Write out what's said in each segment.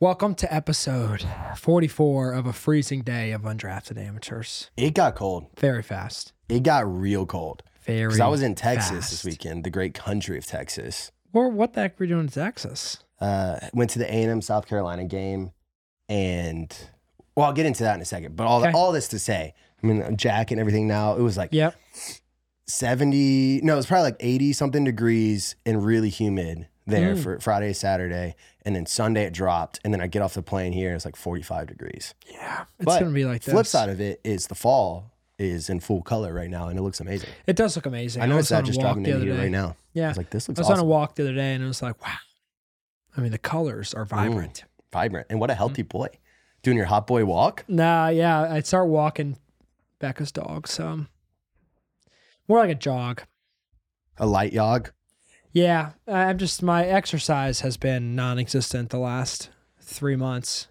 Welcome to episode 44 of a freezing day of undrafted amateurs. It got cold. Very fast. It got real cold. Very. Because I was in Texas this fast. weekend, the great country of Texas. Or what the heck were you doing in Texas? Uh, went to the A&M South Carolina game, and well, I'll get into that in a second. But all Okay. all this to say, I mean, Jack and everything. Now it was like Yep. seventy. No, it was probably like eighty something degrees and really humid there Mm. for Friday, Saturday, and then Sunday it dropped. And then I get off the plane here, it's like forty five degrees. Yeah. It's But going to be like this. Flip side of it is the fall is in full color right now, and it looks amazing. It does look amazing. I noticed that just walk driving the in other here day. right now. I Yeah. was like, this looks I was awesome. on a walk the other day and it was like, wow. I mean, the colors are vibrant. vibrant. And what a healthy Mm-hmm. boy. Doing your hot boy walk. Nah, yeah. I'd start walking Becca's dog. So more like a jog. A light jog. Yeah. I- I'm just, my exercise has been non existent the last three months.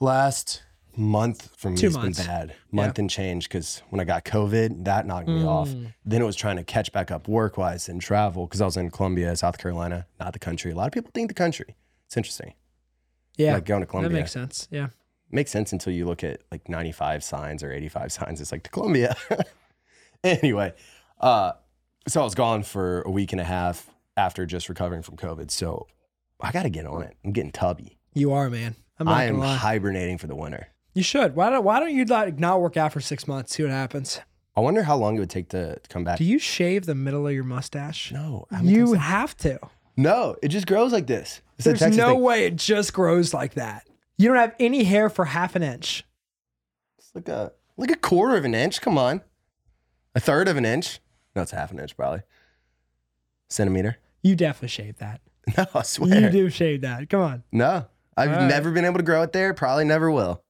Last month for me Two has months. been bad. Month and change because when I got COVID, that knocked me off. Mm. Then it was trying to catch back up work wise and travel because I was in Columbia, South Carolina, not the country. A lot of people think the country. It's interesting. Yeah. Like going to Columbia that makes makes, sense. Yeah. sense until you look at like 95 signs or 85 signs. It's like to Columbia. anyway, uh, so I was gone for a week and a half after just recovering from COVID. So I got to get on it. I'm getting tubby. You are, man. I'm not I am gonna lie. hibernating for the winter. You should. Why don't Why don't you like not work out for six months? See what happens. I wonder how long it would take to to come back. Do you shave the middle of your mustache? no, I haven't you done- have to. no, it just grows like this. It's a There's Texas no thing. way it just grows like that. You don't have any hair for half an inch. It's like a like a quarter of an inch. Come on, a third of an inch. No, it's half an inch probably. Centimeter. You definitely shave that. No, I swear. You do shave that. Come on. No, I've All right. never been able to grow it there. Probably never will.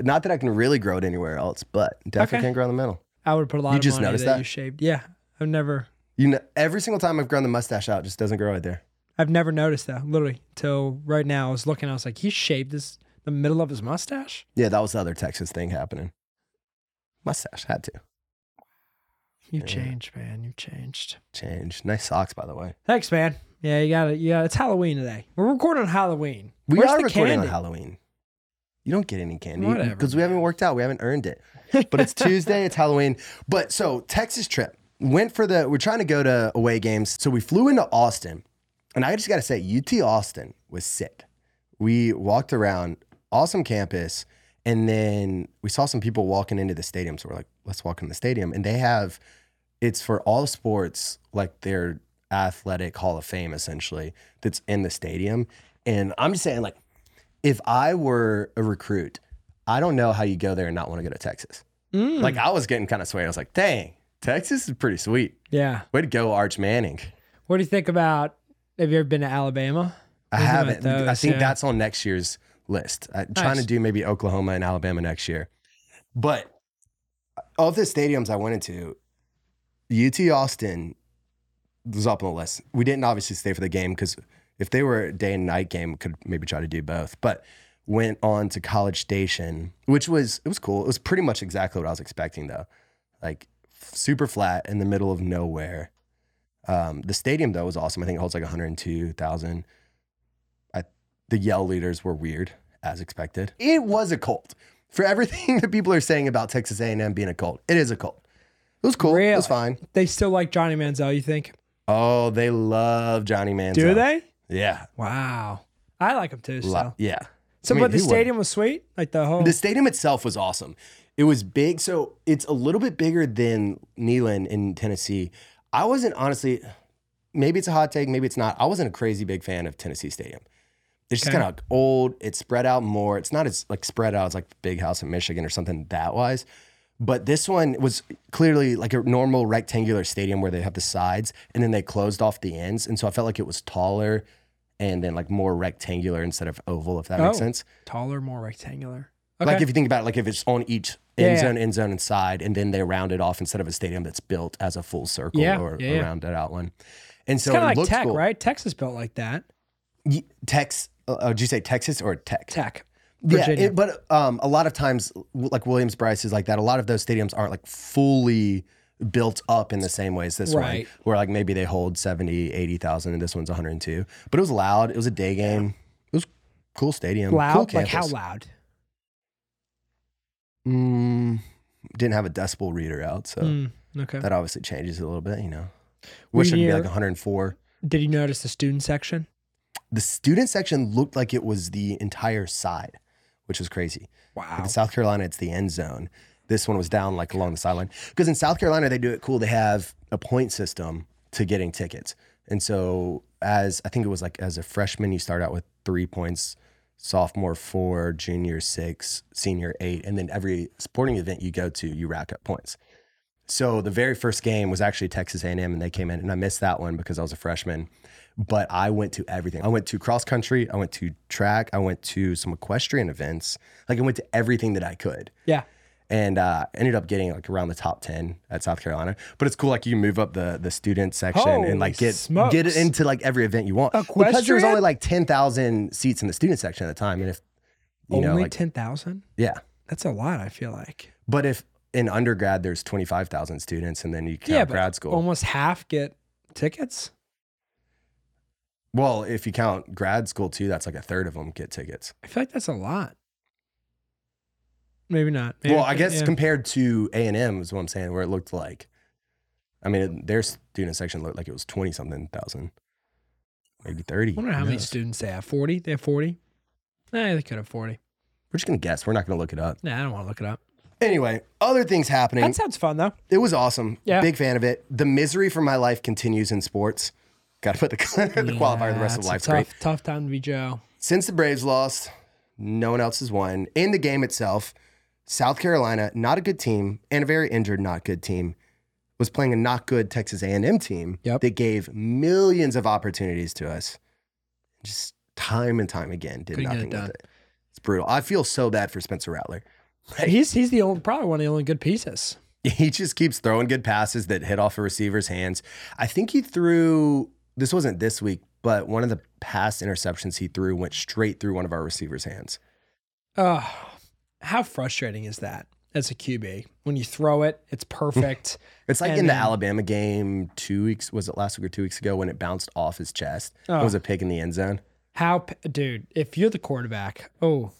Not that I can really grow it anywhere else, but definitely Okay. can't grow in the middle. I would put a lot You of just money noticed that, that? you shaved. Yeah, I've never, You know, every single time I've grown the mustache out, it just doesn't grow right there. I've never noticed that. Literally, till right now, I was looking. I was like, he shaved his the middle of his mustache. Yeah, that was the other Texas thing happening. Mustache had to You Yeah. changed, man. You changed. change. Nice socks, by the way. Thanks, man. Yeah, you got it. Yeah, it's Halloween today. We're recording on Halloween. We Where's are the recording candy? on Halloween. You don't get any candy Whatever, because we haven't worked out. We haven't earned it. But it's Tuesday. it's Halloween. But so Texas trip went for the. We're trying to go to away games, so we flew into Austin, and I just got to say, UT Austin was sick. We walked around awesome campus, and then we saw some people walking into the stadium. So we're like, let's walk in the stadium, and they have. It's for all sports, like their athletic Hall of Fame, essentially. That's in the stadium, and I'm just saying, like, if I were a recruit, I don't know how you go there and not want to go to Texas. Mm. Like I was getting kind of swayed. I was like, dang, Texas is pretty sweet. yeah. Way to go, Arch Manning. What do you think about? Have you ever been to Alabama? I Thinking about haven't. I those, think yeah. that's on next year's list. i trying Nice. to do maybe Oklahoma and Alabama next year. But uh, of the stadiums I went into, UT Austin was up on the list. We didn't obviously stay for the game because if they were a day and night game, we could maybe try to do both. But went on to College Station, which was it was cool. It was pretty much exactly what I was expecting though. Like super flat in the middle of nowhere. Um, the stadium though was awesome. I think it holds like 102,000. I the yell leaders were weird as expected. It was a cult. For everything that people are saying about Texas A&M being a cult, it is a cult. It was cool. It Really? was fine. They still like Johnny Manziel. You think? Oh, they love Johnny Manziel. Do they? Yeah. Wow. I like him too. So, Lo- yeah. so I mean, but the who wouldn't? stadium was sweet. Like the whole. The stadium itself was awesome. It was big, so it's a little bit bigger than Neyland in Tennessee. I wasn't honestly, maybe it's a hot take, maybe it's not. I wasn't a crazy big fan of Tennessee Stadium. It's just Okay. kind of old. It's spread out more. It's not as like spread out as like the big house in Michigan or something that wise. But this one was clearly like a normal rectangular stadium where they have the sides and then they closed off the ends. And so I felt like it was taller and then like more rectangular instead of oval, if that makes Oh. sense. taller, more rectangular. Okay. Like if you think about it, like if it's on each Yeah, end yeah. zone, end zone, and side, and then they round it off instead of a stadium that's built as a full circle Yeah, or yeah, yeah. a rounded out one. And it's so kind it of like looks Tech, cool. right? Texas built like that. Y- Tex, uh, uh, did you say Texas or Tech? Tech. Yeah, Virginia. it, but um, a lot of times, w- like Williams Bryce is like that. A lot of those stadiums aren't like fully built up in the same way as this Right. one, where like maybe they hold 70, 80,000 and this one's 102. But it was loud. It was a day game. It was cool stadium. loud? Cool like how campus. loud? Mm, didn't have a decibel reader out. So Mm, okay. that obviously changes it a little bit, you know. Were Wish it would be you- like 104. Did you notice the student section? The student section looked like it was the entire side, which was crazy. Wow. Like in South Carolina, it's the end zone. This one was down like along the sideline. Because in South Carolina, they do it cool. They have a point system to getting tickets. And so, as I think it was like as a freshman, you start out with three points, sophomore four, junior six, senior eight. And then every sporting event you go to, you rack up points. So the very first game was actually Texas A&M, and they came in, and I missed that one because I was a freshman. But I went to everything. I went to cross country. I went to track. I went to some equestrian events. Like I went to everything that I could, yeah. and uh, ended up getting like around the top ten at South Carolina. But it's cool. Like you move up the the student section Holy and like get smokes. get it into like every event you want. Because there was Equestrian? only like ten thousand seats in the student section at the time, and if you Only know, like ten thousand. yeah, That's a lot. I feel like. but if in undergrad there's twenty five thousand students, and then you count Yeah, but grad school. Almost half get tickets. Well, if you count grad school too, that's like a third of them get tickets. I feel like that's a lot. Maybe not. Maybe- well, I guess yeah. compared to A and M is what I'm saying, where it looked like. I mean, it, their student section looked like it was twenty something thousand, maybe thirty. I wonder how Who many knows? students they have. Forty. They have forty. Nah, they could have forty. We're just gonna guess. We're not gonna look it up. Nah, I don't want to look it up. Anyway, other things happening. That sounds fun though. it was awesome. Yeah. Big fan of it. The misery for my life continues in sports. Got to put the, the qualifier. The Yeah, rest of it's a life's tough, great. Tough time to be Joe. Since the Braves lost, no one else has won. In the game itself, South Carolina, not a good team, and a very injured, not good team, was playing a not good Texas A&M team Yep. that gave millions of opportunities to us. Just time and time again, did Couldn't get nothing it done. with it. It's brutal. I feel so bad for Spencer Rattler. He's he's the only probably one of the only good pieces. He just keeps throwing good passes that hit off a receiver's hands. I think he threw this wasn't this week, but one of the past interceptions he threw went straight through one of our receivers' hands. Oh, how frustrating is that as a QB when you throw it, it's perfect. It's like And in the then- Alabama game two weeks was it last week or two weeks ago when it bounced off his chest. Oh. It was a pick in the end zone. how, p- dude? If you're the quarterback, oh,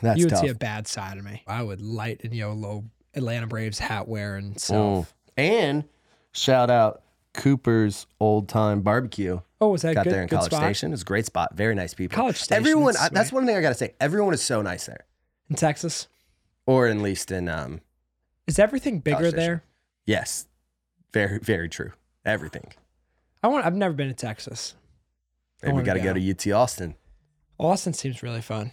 That's you would tough. see a bad side of me. I would light and yo low Atlanta Braves hat wearing self. Mm. And shout out Cooper's old time barbecue. Oh, was that Got good? there in good College spot? Station. It's a great spot. Very nice people. College Station, Everyone. that's I, that's sweet. one thing I gotta say. Everyone is so nice there, in Texas. or at least in um. Is everything bigger Station. there? Yes, very very true. Everything. I want. I've never been to Texas. I Maybe we wanna got to go. go to UT Austin. Austin seems really fun,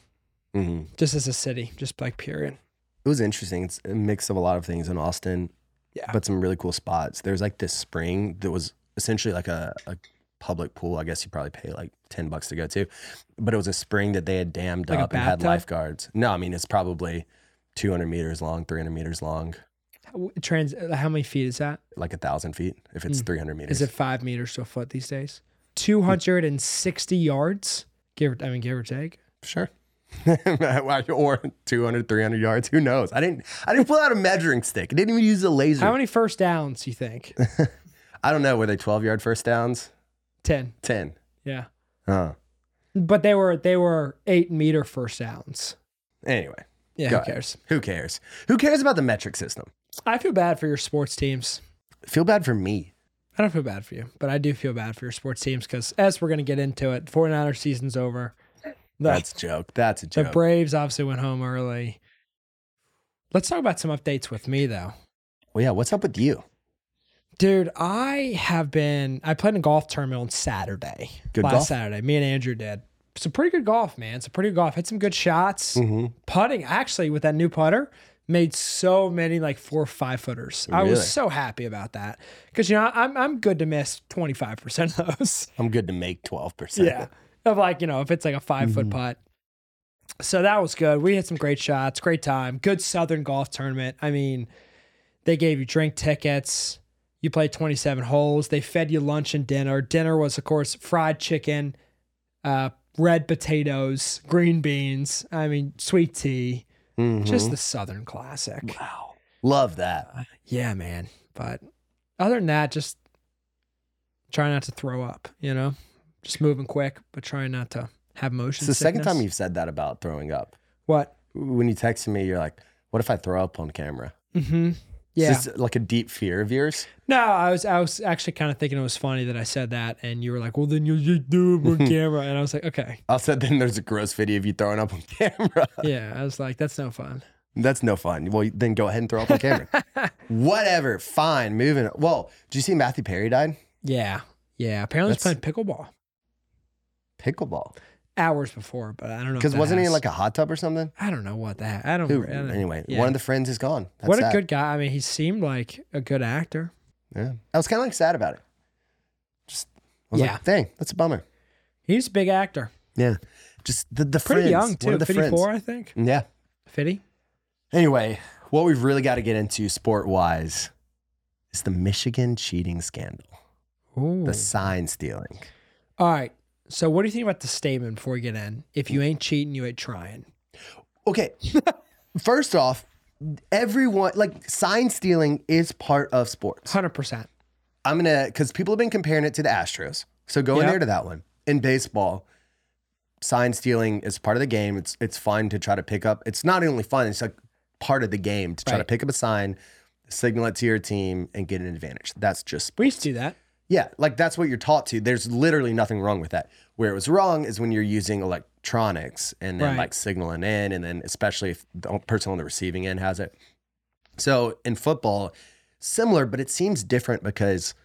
hmm just as a city, just like period. It was interesting. It's a mix of a lot of things in Austin. Yeah. But some really cool spots. There's like this spring that was essentially like a, a public pool. I guess you probably pay like 10 bucks to go to. But it was a spring that they had dammed Like a up and had bathtub? lifeguards. No, I mean, it's probably 200 meters long, 300 meters long, How- Trans. How many feet is that? like a thousand feet if it's 300 meters. Hmm. Is it five meters to a foot these days? Two hundred and sixty yards, give or I mean give or take. sure. or 200, 300 yards. Who knows? I didn't, I didn't pull out a measuring stick. I didn't even use a laser. How many first downs you think? I don't know. Were they 12 yard first downs? Ten. 10. Yeah, Huh. but they were they were eight meter first downs. Anyway, Yeah, Go who ahead. cares? who cares? Who cares about the metric system? I feel bad for your sports teams. Feel bad for me. I don't feel bad for you, but I do feel bad for your sports teams because as we're gonna get into it, 49er season's over. The, That's a joke. That's a the joke. Braves obviously went home early. Let's talk about some updates with me though. well, yeah. What's up with you? Dude, I have been. I played in a golf tournament on Saturday. Good last golf? Saturday, me and Andrew did. Some pretty good golf, man. Some pretty good golf. Hit some good shots. Hmm. Mm-hmm. Putting actually with that new putter made so many like four or five footers. I Really? was so happy about that because you know I'm I'm good to miss twenty five percent of those. I'm good to make twelve percent. Yeah. Of like, you know, if it's like a 5 foot putt. So that was good. We had some great shots, great time, good Southern golf tournament. I mean, they gave you drink tickets. You played 27 holes. They fed you lunch and dinner. Dinner was, of course, fried chicken, uh, red potatoes, green beans. I mean, sweet tea. Just the Southern classic. Wow. Mm-hmm. Love that. Yeah, man. But Other than that, just try not to throw up. You know, just moving quick, but trying not to have motion. It's the second sickness. time you've said that about throwing up. what? When you texted me, you're like, "What if I throw up on camera?" Mm-hmm. Yeah. Is this like a deep fear of yours? No, I was I was actually kind of thinking it was funny that I said that, and you were like, "Well, then you'll just do it on camera," and I was like, "Okay, I said then there's a gross video of you throwing up on camera. yeah." I was like, "That's no fun." That's no fun. Well, then go ahead and throw up on camera. Whatever. Fine. Moving. on. Well, did you see Matthew Perry died? Yeah, yeah. Apparently, he's playing pickleball Pickleball. hours before, but I don't know if Because that wasn't he has- in like a hot tub or something? I don't know what that. I don't. Who? I don't- Anyway, yeah. one of the friends is gone. That's what sad. a good guy. I mean, he seemed like a good actor. Yeah. I was kind of like sad about it. Just, I was Yeah. like, dang, that's a bummer. He's a big actor. Yeah. Just the, the Pretty friends. young one too. of the friends. Fifty-four, I think. Yeah. Fifty. Anyway, what we've really got to get into sport wise is the Michigan cheating scandal, Ooh. the sign stealing. All right. So, what do you think about the statement before we get in? If you ain't cheating, you ain't trying. Okay. First off, everyone like sign stealing is part of sports. Hundred percent. I'm gonna because people have been comparing it to the Astros. So go in Yeah. there to that one. In baseball, sign stealing is part of the game. It's it's fun to try to pick up. It's not only fun, it's like part of the game to try to Right. pick up a sign, signal it to your team, and get an advantage. That's just We used to do that. yeah, like that's what you're taught to. There's literally nothing wrong with that. Where it was wrong is when you're using electronics and then Right. like signaling in, and then especially if the person on the receiving end has it. So in football, similar, but it seems different because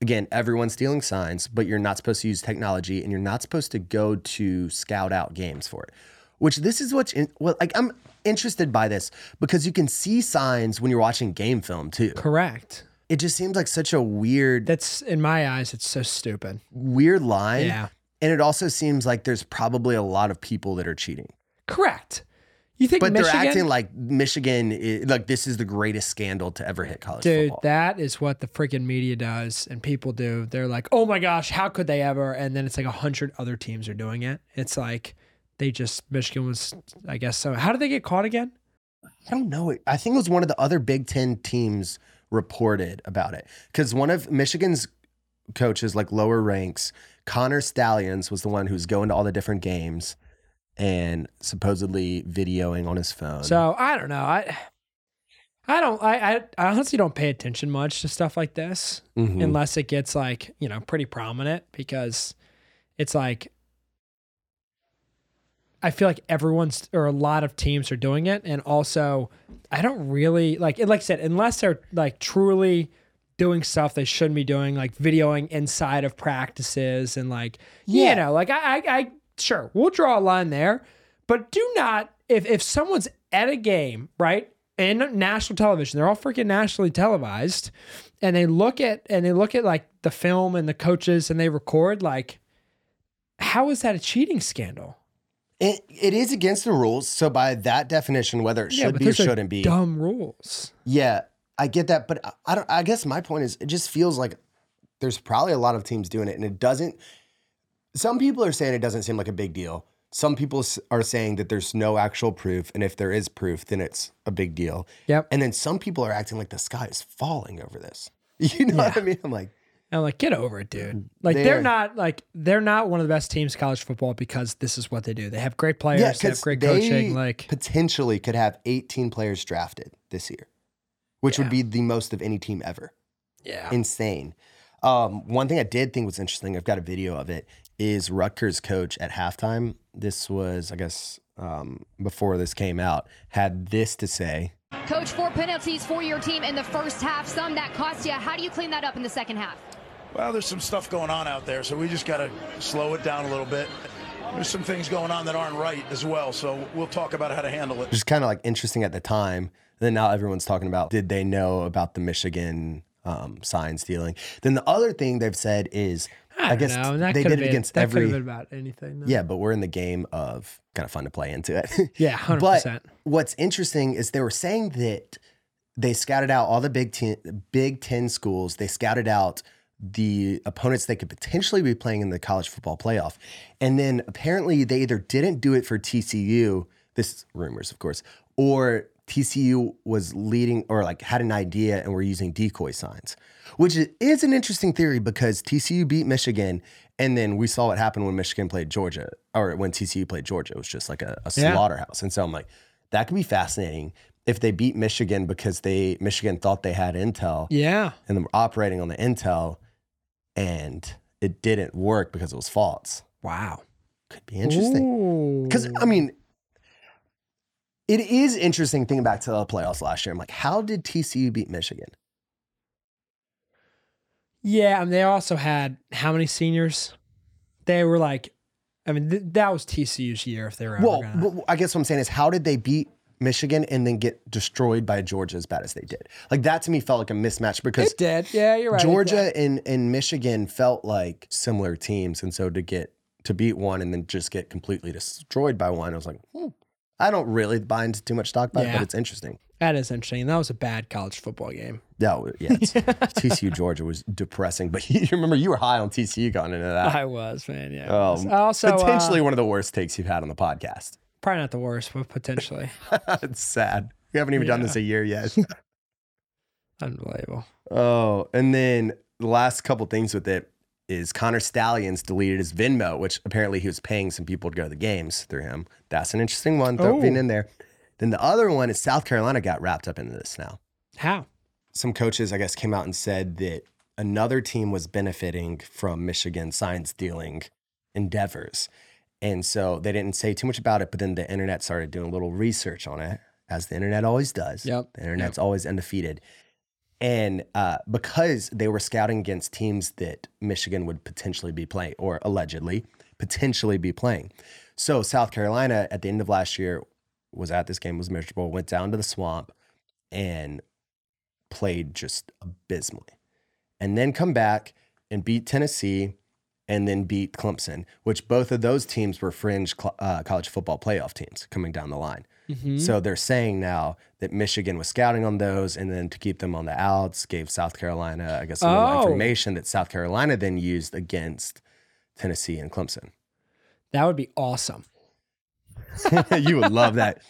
again, everyone's stealing signs, but you're not supposed to use technology and you're not supposed to go to scout out games for it. Which this is what's in, well, like I'm interested by this because you can see signs when you're watching game film too. Correct. It just seems like such a weird That's in my eyes. It's so stupid. weird line. Yeah. And it also seems like there's probably a lot of people that are cheating, Correct. You think but Michigan? they're acting like Michigan, is, like this is the greatest scandal to ever hit college Dude, football. that is what the freaking media does and people do. They're like, oh my gosh, how could they ever? And then it's like a hundred other teams are doing it. It's like they just Michigan was, I guess. So how did they get caught again? I don't know. I think it was one of the other Big Ten teams reported about it because one of Michigan's coaches, like lower ranks, Connor Stallions was the one who's going to all the different games and supposedly videoing on his phone. So I don't know. I I don't. I I, I honestly don't pay attention much to stuff like this Mhm. unless it gets like you know pretty prominent because it's like. I feel like everyone's or a lot of teams are doing it, and also I don't really like like I said unless they're like truly doing stuff they shouldn't be doing, like videoing inside of practices and like Yeah. you know like I, I I sure we'll draw a line there, but do not if if someone's at a game right in national television they're all freaking nationally televised and they look at and they look at like the film and the coaches and they record like how is that a cheating scandal It, it is against the rules. So by that definition, whether it should be or those are shouldn't be, dumb rules. yeah, I get that. But I, I don't. I guess my point is, it just feels like there's probably a lot of teams doing it, and it doesn't. Some people are saying it doesn't seem like a big deal. Some people s- are saying that there's no actual proof, and if there is proof, then it's a big deal. Yep. And then some people are acting like the sky is falling over this. You know what I mean? I'm like, And I'm like, get over it, dude. Like they're, Mm. They're- not like they're not one of the best teams in college football because this is what they do. They have great players, yeah, they have because great they coaching. Like potentially could have 18 players drafted this year, which Yeah. would be the most of any team ever. yeah. insane. Um, one thing I did think was interesting, I've got a video of it, is Rutgers coach at halftime. This was, I guess, um, before this came out, had this to say. Coach, four penalties for your team in the first half, some that cost you. How do you clean that up in the second half? Well, there's some stuff going on out there, so we just got to slow it down a little bit. There's some things going on that aren't right as well, so we'll talk about how to handle it. Just kind of like interesting at the time. Then now everyone's talking about did they know about the Michigan um, sign stealing? Then the other thing they've said is I, I, don't guess know. and That they could've did it been- against that every could have been about anything. Though. yeah, but we're in the game of kind of fun to play into it. Yeah, 100%. But what's interesting is they were saying that they scouted out all the Big Ten, Big Ten schools. They scouted out the opponents they could potentially be playing in the college football playoff, and then apparently they either didn't do it for TCU. This is rumors, of course, or TCU was leading or like had an idea and were using decoy signs, which is- is an interesting theory because TCU beat Michigan. And then we saw what happened when Michigan played Georgia or when TCU played Georgia. It was just like a, a Yeah. slaughterhouse. And so I'm like, that could be fascinating if they beat Michigan because they Michigan thought they had intel Yeah. and then we're operating on the intel and it didn't work because it was false. Wow. Could be interesting. uh, Because Ooh. I mean, it is interesting thinking back to the playoffs last year. I'm like, how did TCU beat Michigan? Yeah, I mean, they also had how many seniors? They were like, I mean, th- that was TCU's year if they were ever Well, gonna. w- I guess what I'm saying is, how did they beat Michigan and then get destroyed by Georgia as bad as they did? Like that to me felt like a mismatch because it did. Yeah, you're right. it did. Georgia and, and Michigan felt like similar teams, and so to get to beat one and then just get completely destroyed by one, I was like, hmm, I don't really buy into too much stock, by it, Yeah. but it's interesting. That is interesting. That was a bad college football game. Yeah, w- yeah. It's, TCU Georgia was depressing, but you remember you were high on TCU going into that. I was, man. Yeah. I was. Um, also, uh, potentially potentially, one of the worst takes you've had on the podcast. probably not the worst, but potentially it's sad. We haven't even done this a year yet. unbelievable. Oh, and then the last couple things with it is Connor Stallions deleted his Venmo, which apparently he was paying some people to go to the games through him. That's an interesting one. Throw Oh. being in there. Then the other one is South Carolina got wrapped up into this now. How? Some coaches, I guess, came out and said that another team was benefiting from Michigan sign stealing endeavors. And so they didn't say too much about it, but then the internet started doing a little research on it, as the internet always does. Yep. The internet's always undefeated. And uh, because they were scouting against teams that Michigan would potentially be playing, or allegedly potentially be playing. So South Carolina at the end of last year was at this game, was miserable, went down to the swamp and played just abysmally. And then come back and beat Tennessee and then beat Clemson, which both of those teams were fringe cl- uh, college football playoff teams coming down the line. Mm-hmm. So they're saying now that Michigan was scouting on those, and then to keep them on the outs, gave South Carolina, I guess, some little Oh. information that South Carolina then used against Tennessee and Clemson. That would be awesome. you would love that.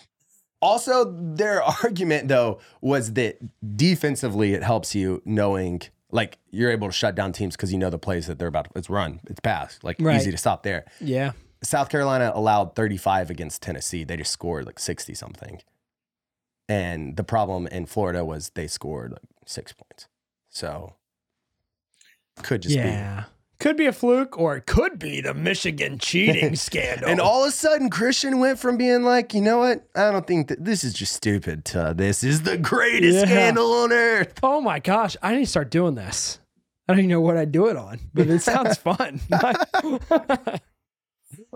Also, their argument though was that defensively it helps you knowing like you're able to shut down teams because you know the plays that they're about. It's run, it's pass, like Right. easy to stop there. Yeah. South Carolina allowed 35 against Tennessee. They just scored like 60 something. And the problem in Florida was they scored like six points. So could just be. yeah. Could be a fluke, or it could be the Michigan cheating scandal. And all of a sudden, Christian went from being like, you know what? I don't think that this is just stupid to this is the greatest Yeah. scandal on earth. Oh my gosh, I need to start doing this. I don't even know what I do it on, but it sounds fun.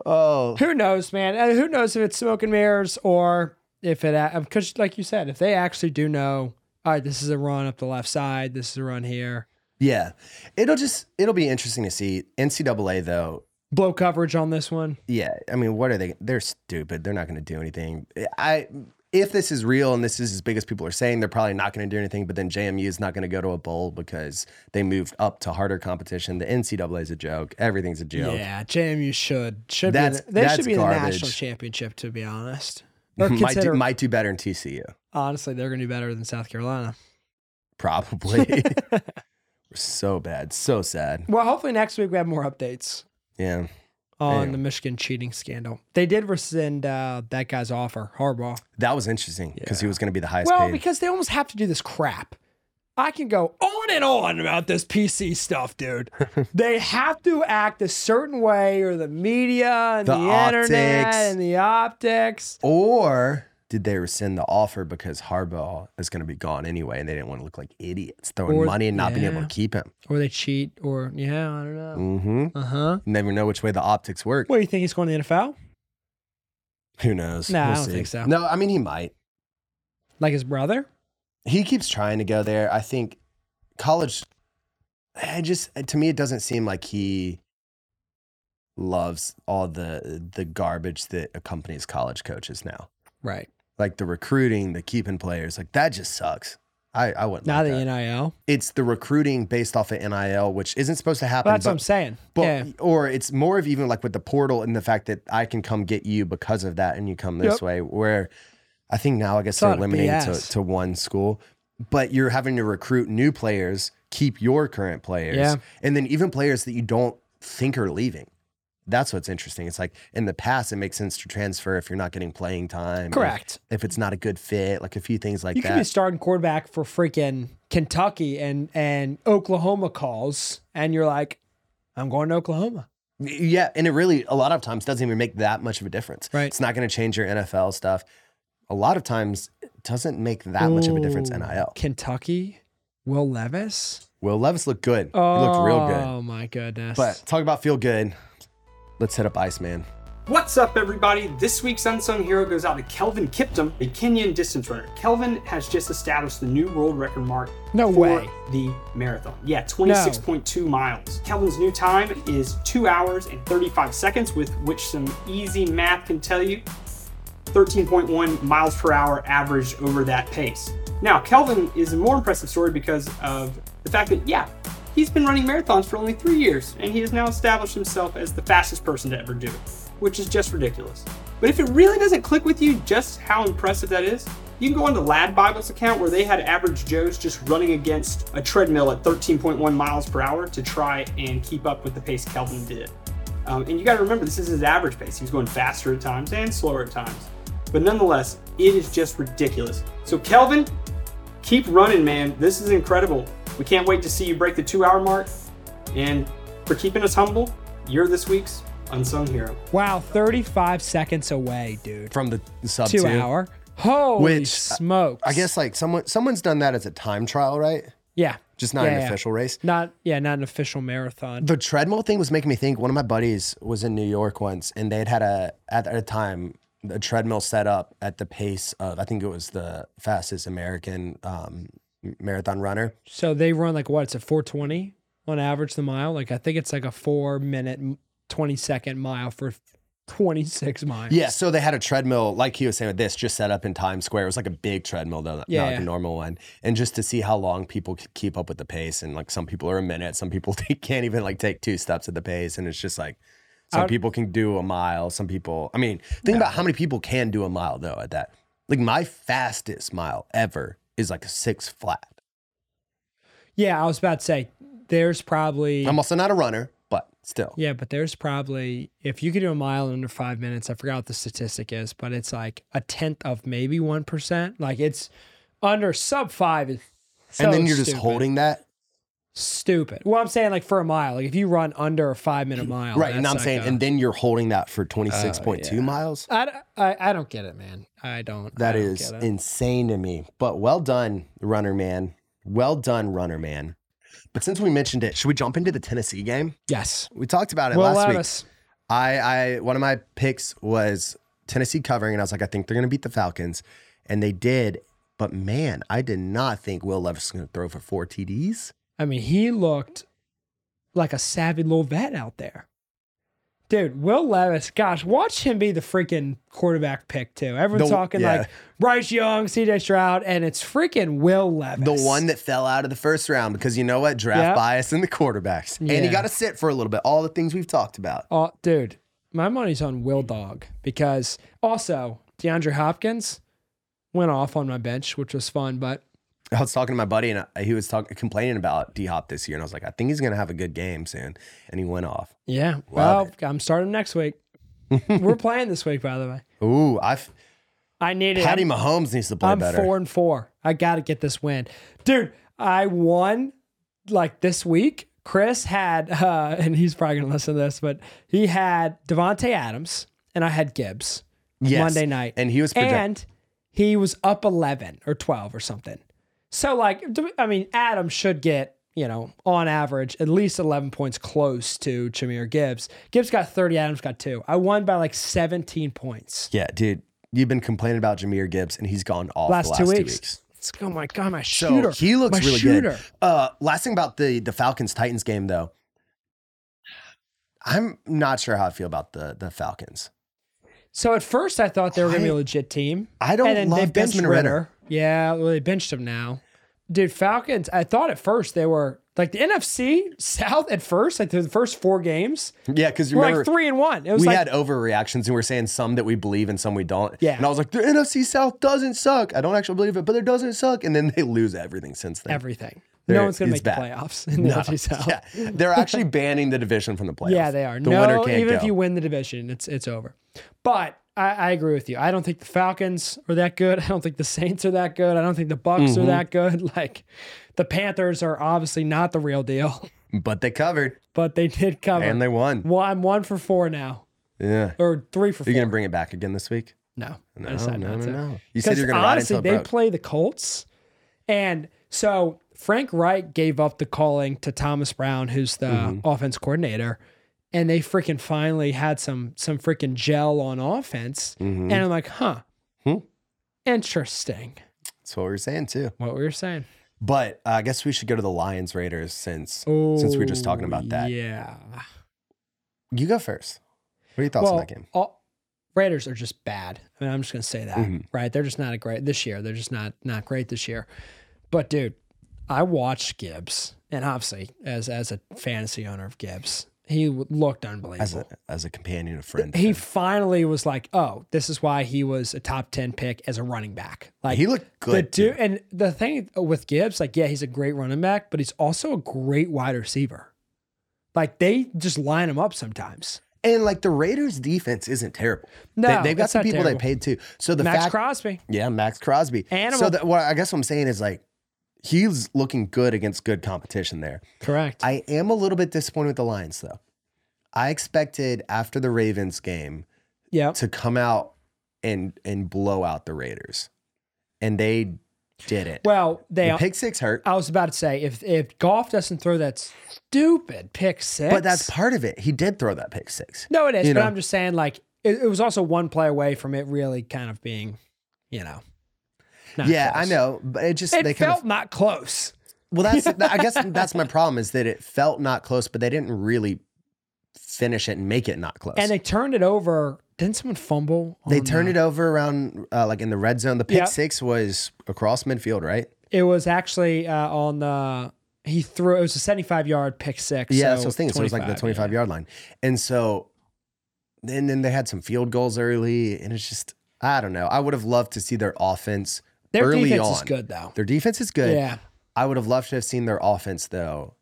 Oh, who knows, man? And who knows if it's smoke and mirrors or if it because, like you said, if they actually do know, all right, this is a run up the left side, this is a run here, yeah. It'll just, it'll be interesting to see. NCAA, though, blow coverage on this one. yeah i mean what are they they're stupid they're not going to do anything i if this is real and this is as big as people are saying they're probably not going to do anything but then jmu is not going to go to a bowl because they moved up to harder competition the ncaa is a joke everything's a joke Yeah, JMU should should That's- be in, they that's should be in the garbage. national championship to be honest. Or might, consider, do, might do better in tcu honestly, they're going to do better than South Carolina. probably we're so bad so sad Well, hopefully next week we have more updates. yeah on Damn. the Michigan cheating scandal. They did rescind uh, that guy's offer, Harbaugh. that was interesting because he was going to be the highest Well, paid because they almost have to do this crap. I can go on and on about this PC stuff, dude. they have to act a certain way, or the media and the, The internet optics. and the optics. or did they rescind the offer because Harbaugh is going to be gone anyway, and they didn't want to look like idiots throwing Or- money and not being able yeah. to keep him? Or they cheat, or yeah, I don't know. Mm-hmm. Uh huh. Never know which way the optics work. What do you think he's going to the NFL? Who knows? Nah, I don't think so. No, I mean he might. Like his brother? He keeps trying to go there. I think college. I just eh, to me, it doesn't seem like he loves all the the garbage that accompanies college coaches now. Right. Like the recruiting, the keeping players, like that just sucks. I I wouldn't. Now like the that. NIL. it's the recruiting based off of NIL, which isn't supposed to happen. Well, that's what I'm but, saying. but yeah. or it's more of even like with the portal and the fact that I can come get you because of that, and you come this Yep. way. Where I think now I guess Thought they're it'd be limiting to, ass. to one school, but you're having to recruit new players, keep your current players, Yeah. and then even players that you don't think are leaving. That's what's interesting. It's like in the past, it makes sense to transfer if you're not getting playing time. if- Correct. If, it's not a good fit, like a few things like You could be that. starting quarterback for freaking Kentucky and and Oklahoma calls, and you're like, I'm going to Oklahoma. yeah. And it really, a lot of times, doesn't even make that much of a difference. Right. It's not going to change your NFL stuff. A lot of times, it doesn't make that much of a difference. Ooh, NIL. Kentucky, Will Levis. Will Levis looked good. Oh, he looked real good. Oh my goodness. But talk about feel good. Let's hit up Iceman. What's up, everybody? This week's unsung hero goes out to Kelvin Kiptum, a Kenyan distance runner. Kelvin has just established the new world record mark No for way. the marathon. Yeah, 26.2 miles. Kelvin's new time is two hours and 35 seconds, with which some easy math can tell you 13.1 miles per hour averaged over that pace. Now, Kelvin is a more impressive story because of the fact that, yeah, he's been running marathons for only three years, and he has now established himself as the fastest person to ever do it, which is just ridiculous. But if it really doesn't click with you just how impressive that is, you can go on to Lad Bible's account where they had average Joes just running against a treadmill at 13.1 miles per hour to try and keep up with the pace Kelvin did. Um, and you got to remember, this is his average pace. He's going faster at times and slower at times. But nonetheless, it is just ridiculous. So, Kelvin, keep running, man. This is incredible. We can't wait to see you break the two hour mark. And for keeping us humble, you're this week's unsung hero. wow, 35 seconds away, dude. From the sub Two, hour. Holy Which, uh, smokes. I guess like someone someone's done that as a time trial, right? Yeah. Just not Yeah, an yeah. official race. Not yeah, not an official marathon. The treadmill thing was making me think. One of my buddies was in New York once, and they'd had a at a time a treadmill set up at the pace of I think it was the fastest American um, marathon runner. So they run like what? It's a 420 on average the mile. Like I think it's like a four minute, 20 second mile for 26 miles. Yeah, so they had a treadmill, like he was saying with this, just set up in Times Square. It was like a big treadmill, though, not Yeah, like yeah. a normal one. And just to see how long people could keep up with the pace. And like some people are a minute, some people they can't even like take two steps at the pace. And it's just like some I'd- people can do a mile, some people, I mean, think about how many people can do a mile, though, at that. Like my fastest mile ever is like a six flat. Yeah, I was about to say there's probably I'm also not a runner, but still. Yeah, but there's probably if you could do a mile in under five minutes, I forgot what the statistic is, but it's like a tenth of maybe one percent. Like it's under sub five is so and then you're just stupid. holding that. stupid. Well, I'm saying like for a mile, like if you run under a five minute mile, right. And Oh, that's Oh, I'm like saying, a- and then you're holding that for 26.2 miles. I, d- I, I don't get it, man. I don't. That I don't is get it. insane to me. But well done, runner man. Well done, runner man. But since we mentioned it, should we jump into the Tennessee game? yes. We talked about it Will last week. Levis. I, I one of my picks was Tennessee covering, and I was like, I think they're gonna beat the Falcons. And they did, but man, I did not think Will Levis was gonna throw for four TDs. I mean, he looked like a savvy little vet out there. Dude, Will Levis, gosh, watch him be the freaking quarterback pick too. Everyone's The- talking yeah. like Bryce Young, CJ Stroud, and it's freaking Will Levis. The one that fell out of the first round because you know what? Draft Yep. bias in the quarterbacks. And Yeah. he got to sit for a little bit. All the things we've talked about. Oh, dude, my money's on Will Dog because also DeAndre Hopkins went off on my bench, which was fun, but I was talking to my buddy and I, he was talking complaining about D Hop this year, and I was like, I think he's gonna have a good game soon, and he went off. yeah. well, Love I'm starting next week. We're playing this week, by the way. Ooh, I have I need it. Patty Mahomes needs to play I'm better. four and four. I got to get this win, dude. I won like this week. Chris had, uh, and he's probably gonna listen to this, but he had Devonte Adams and I had Gibbs Yes. Monday night, and he was project- and he was up eleven or twelve or something. So like, I mean, Adams should get you know on average at least eleven points close to Jameer Gibbs. Gibbs got thirty. Adams got two. I won by like seventeen points. yeah, dude, you've been complaining about Jameer Gibbs, and he's gone off last, the last two, weeks. It's, oh my god, my So shooter. he looks my really shooter. good. Uh, last thing about the the Falcons Titans game though, I'm not sure how I feel about the the Falcons. So at first I thought they were going to be I- a legit team. I don't and then they love benched Desmond Ritter. Ritter. Yeah, well, they benched him now. dude, Falcons. I thought at first they were like the NFC South at first, like the first four games Yeah, because were remember like three and one. It was we like had overreactions and we are saying some that we believe and some we don't. Yeah. and I was like, the NFC South doesn't suck. I don't actually believe it, but it doesn't suck. And then they lose everything since then. everything. They're- no one's gonna it's make the bad. playoffs in the No. NFC South. Yeah, they're actually banning the division from the playoffs. Yeah, they are. The no, winner can't even go. if you win the division, it's it's over. But I, I agree with you. I don't think the Falcons are that good. I don't think the Saints are that good. I don't think the Bucks Mm-hmm. are that good. Like the Panthers are obviously not the real deal, but they covered but they did cover. and they won. well, I'm one for four now, Yeah, or three for you're 4 gonna bring it back again this week. no, No, I decided no, not no, to. no. You said Because you're gonna ride honestly, until it they broke. play the Colts, and so Frank Wright gave up the calling to Thomas Brown, who's the Mm-hmm. offense coordinator, and they freaking finally had some some freaking gel on offense, and I'm like, huh, Mm-hmm. Hmm. interesting. That's what we were saying too. What we were saying. But uh, I guess we should go to the Lions Raiders since since we were just talking Oh, about that. yeah. You go first. What are your thoughts on Well, that game? all, Raiders are just bad. I mean, I'm just gonna say that, Mm-hmm. right? They're just not a great this year. They're just not not great this year. But dude, I watched Gibbs, and obviously, as as a fantasy owner of Gibbs, he w- looked As unbelievable. a as a companion, a friend. He finally was like, "Oh, this is why he was a top ten pick as a running back." Like He looked The good, dude, and the thing with Gibbs, like, yeah, he's a great running back, but he's also a great wide receiver. Like they just line him up sometimes. And like the Raiders defense isn't terrible. No, they, have got it's some not people terrible. they paid too. So the Max fact, Crosby. yeah, Max Crosby. Animal. So that, what I guess what I'm saying is like he's looking good against good competition there. Correct. I am a little bit disappointed with the Lions though. I expected after the Ravens game yeah. to come out and and blow out the Raiders, and they did it. Well, they. Oh, the pick six hurt, I was about to say if if golf doesn't throw that stupid pick six, but that's part of it. He did throw that pick six. no, it is. you But know. I'm just saying, like it, it was also one play away from it really kind of being, you know. not yeah, I close. know, but it just It they kind felt of not close. Well, that's I guess that's my problem is that it felt not close, but they didn't really finish it and make it not close. And they turned it over. Didn't someone fumble? they turned it over around uh, like in the red zone. The pick Yeah. six was across midfield, right? It was actually uh, on the. He threw. It was a 75 yard pick six. Yeah, so that's what I was thinking. So it was like the 25 yard line. And so, and then they had some field goals early, and it's just, I don't know. I would have loved to see their offense Their early defense on. is good though. Their defense is good. Yeah. I would have loved to have seen their offense, though,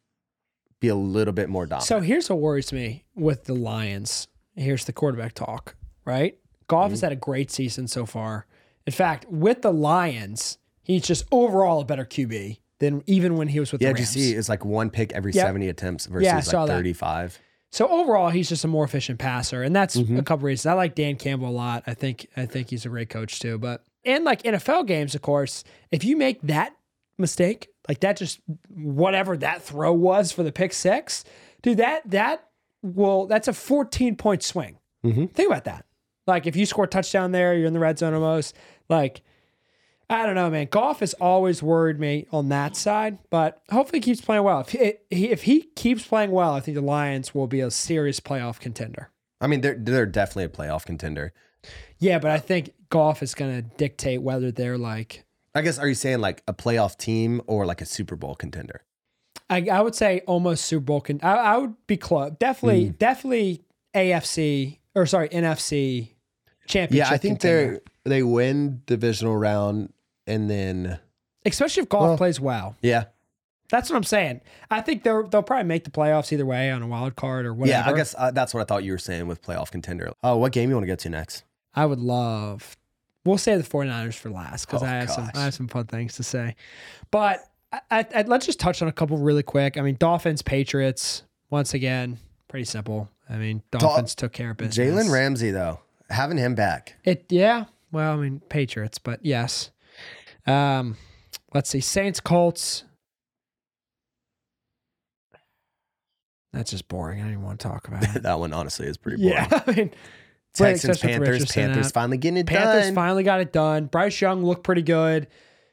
be a little bit more dominant. So here's what worries me with the Lions. Here's the quarterback talk, right? Goff Mm-hmm. has had a great season so far. In fact, with the Lions, he's just overall a better QB than even when he was with yeah, the did you Rams. see it's like one pick every Yep. 70 attempts versus Yeah, I saw like that. 35. So overall, he's just a more efficient passer, and that's a couple reasons. I like Dan Campbell a lot. I think I think he's a great coach too. But in like NFL games, of course, if you make that mistake, like that, just whatever that throw was for the pick six, dude, that that will that's a fourteen point swing. Think about that. Like if you score a touchdown there, you're in the red zone almost. Like I don't know, man. Golf has always worried me on that side, but hopefully he keeps playing well. If he, he- if he keeps playing well, I think the Lions will be a serious playoff contender. I mean, they're, they're definitely a playoff contender. Yeah, but I think golf is going to dictate whether they're like. I guess, are you saying like a playoff team or like a Super Bowl contender? I, I would say almost Super Bowl. Con- I, I would be close. Definitely, Hmm. definitely AFC or sorry NFC championship. Yeah, I think contender. they're they win divisional round and then especially if golf Well- plays well. yeah That's what I'm saying. I think they'll they'll probably make the playoffs either way on a wild card or whatever. yeah I guess uh, that's what I thought you were saying with playoff contender. Oh, what game you want to go to next? I would love. We'll save the 49ers for last because Oh, I have some gosh. I have some fun things to say. But I, I, I- let's just touch on a couple really quick. I mean, Dolphins, Patriots. Once again, pretty simple. I mean, Dolphins took care of business. Jalen Ramsey though, having him back. It yeah. Well, I mean, Patriots, but yes. Um, let's see, Saints, Colts. That's just boring. I don't even want to talk about it. that one honestly is pretty boring. yeah, I mean, Blake Sessions Texans, Panthers, Richardson Panthers out. finally getting it Panthers done. finally got it done. Bryce Young looked pretty good.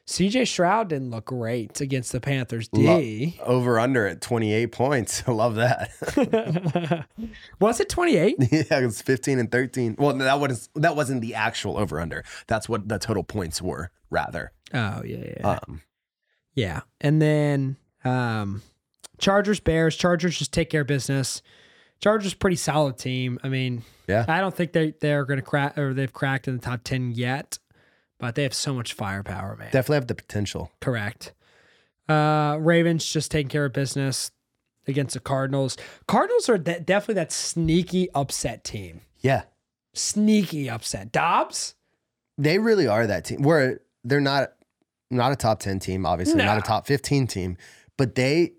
CJ Stroud didn't look great against the Panthers D. Lo- over under at 28 points. I love that. was it 28? yeah, it's 15 and 13. Well, no, that was that wasn't the actual over under. That's what the total points were rather. Oh, yeah. Yeah. Um, Yeah. And then um Chargers, Bears, Chargers just take care of business. Chargers pretty solid team. I mean, Yeah. I don't think they they're gonna crack or they've cracked in the top ten yet, but they have so much firepower, man. Definitely have the potential. Correct. Uh, Ravens just taking care of business against the Cardinals. Cardinals are de- definitely that sneaky upset team. Yeah. Sneaky upset. Dobbs? They really are that team. Where they're not not a top 10 team, obviously, No. not a top 15 team, but they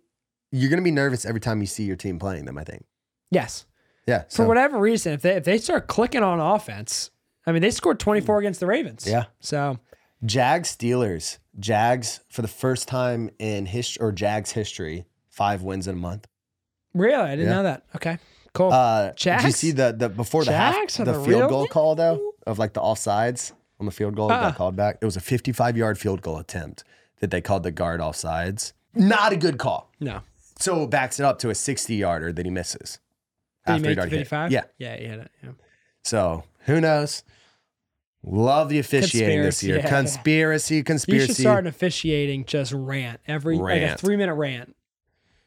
you're going to be nervous every time you see your team playing them, I think. Yes. Yeah. For whatever reason, if they if they start clicking on offense, I mean they scored twenty four against the Ravens. Yeah. So Jags Steelers. Jags for the first time in history or Jags history, 5 wins in a month. really, I didn't Yeah. know that. Okay. Cool. Uh, Did you Jags? see the the before the Jags are half the, the real field goal deal? call though of like the offsides on the field goal that Uh-uh. got called back? It was a 55 yard field goal attempt that they called the guard offsides. Not a good call. no. So it backs it up to a 60 yarder that he misses. Did he after make the already hit. fifty five? Yeah. Yeah, yeah, that- yeah. So who knows? Love the officiating this Conspiracy, year. yeah. Conspiracy, You conspiracy. should start an officiating just rant every like a Rant. three minute rant.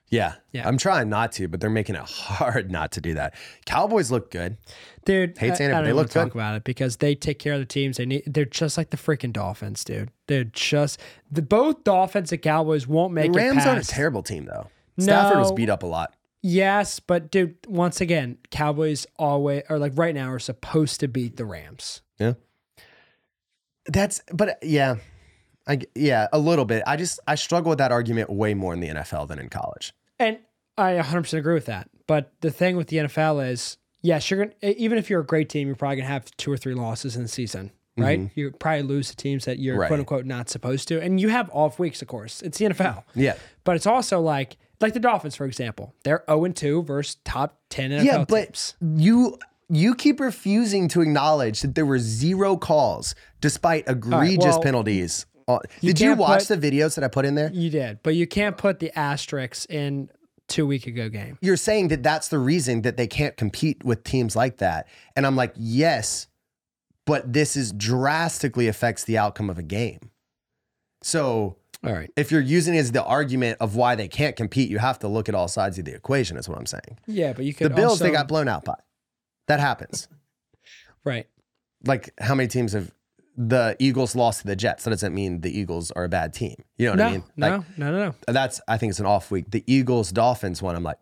yeah. Yeah. I'm trying not to, but they're making it hard not to do that. Cowboys look good. Dude, Hate I- saying it, I, but don't they even look wanna talk good. about it because they take care of the teams. They need. They're just like the freaking Dolphins, dude. They're just the both Dolphins and Cowboys won't make The Rams it aren't a past. terrible team though. Stafford was No. beat up a lot. yes, but dude, once again, Cowboys always or like right now are supposed to beat the Rams. Yeah. That's but uh, yeah. I g- yeah, a little bit. I just I struggle with that argument way more in the NFL than in college. And I 100% agree with that. But the thing with the NFL is, yes, you're gonna e, even if you're a great team, you're probably gonna have two or three losses in the season, right? You probably lose to teams that you're Mm-hmm. Right. quote unquote not supposed to, and you have off weeks, of course. It's the NFL. Yeah. but it's also like like the Dolphins, for example. They're 0 2 versus top 10 NFL Yeah, but teams. you you keep refusing to acknowledge that there were zero calls despite egregious well, penalties. Uh, Did you can't watch put- the videos that I put in there? You did, but you can't put the asterisks in two week ago game. You're saying that that's the reason that they can't compete with teams like that. And I'm like, "Yes, but this is drastically affects the outcome of a game." So, All right. if you're using it as the argument of why they can't compete, you have to look at all sides of the equation, is what I'm saying. Yeah, but you The could Bills, also- they got blown out by. That happens. right. Like, how many teams have the Eagles lost to the Jets? That doesn't mean the Eagles are a bad team. You know what No, I mean? no, Like, no, no, no. that's, I think it's an off week. The Eagles Dolphins one, I'm like,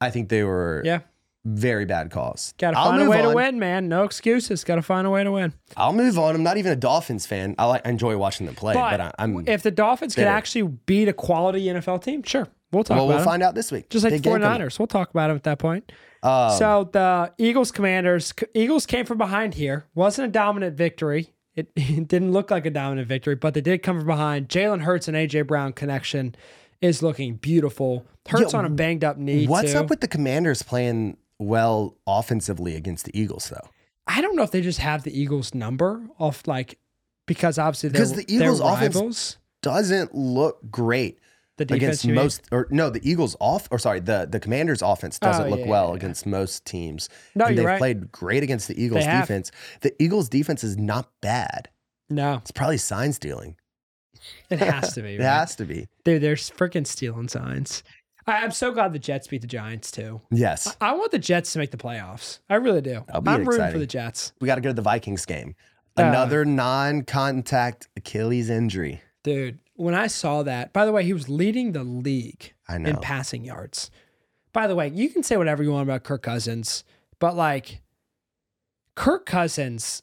I think they were Yeah. very bad calls. Got to I'll find a move way on. to win, man. No excuses. Got to find a way to win. I'll move on. I'm not even a Dolphins fan. I, like, I enjoy watching them play, but, But, I, I'm. if the Dolphins could bitter. actually beat a quality NFL team, sure. We'll talk well, about we'll it. find out this week. Just like They the gave them- 49ers. We'll talk about them at that point. Um, So the Eagles commanders, Eagles came from behind here. Wasn't a dominant victory. It, it didn't look like a dominant victory, but they did come from behind. Jalen Hurts and AJ Brown connection is looking beautiful. Hurts Yo, on a banged up knee. What's too. up with the Commanders playing well offensively against the Eagles though? I don't know if they just have the Eagles number off like because obviously they're, Because the Eagles' they're offense- rivals. Doesn't look great The against defense you mean? most or no, the Eagles off or sorry, the the Commanders offense doesn't Oh, look yeah, well yeah, yeah. against most teams. No, and you're they've right. played great against the Eagles have. defense. The Eagles defense is not bad. No, It's probably sign stealing. it has to be. It right? has to be. Dude, they're freaking stealing signs. I, I'm so glad the Jets beat the Giants too. Yes. I want the Jets to make the playoffs. I really do. That'll be I'm rooting for exciting. the Jets. We gotta go to the Vikings game. Uh, Another non contact Achilles injury. Dude, when I saw that, by the way, he was leading the league I in know. passing yards. By the way, you can say whatever you want about Kirk Cousins, but like Kirk Cousins,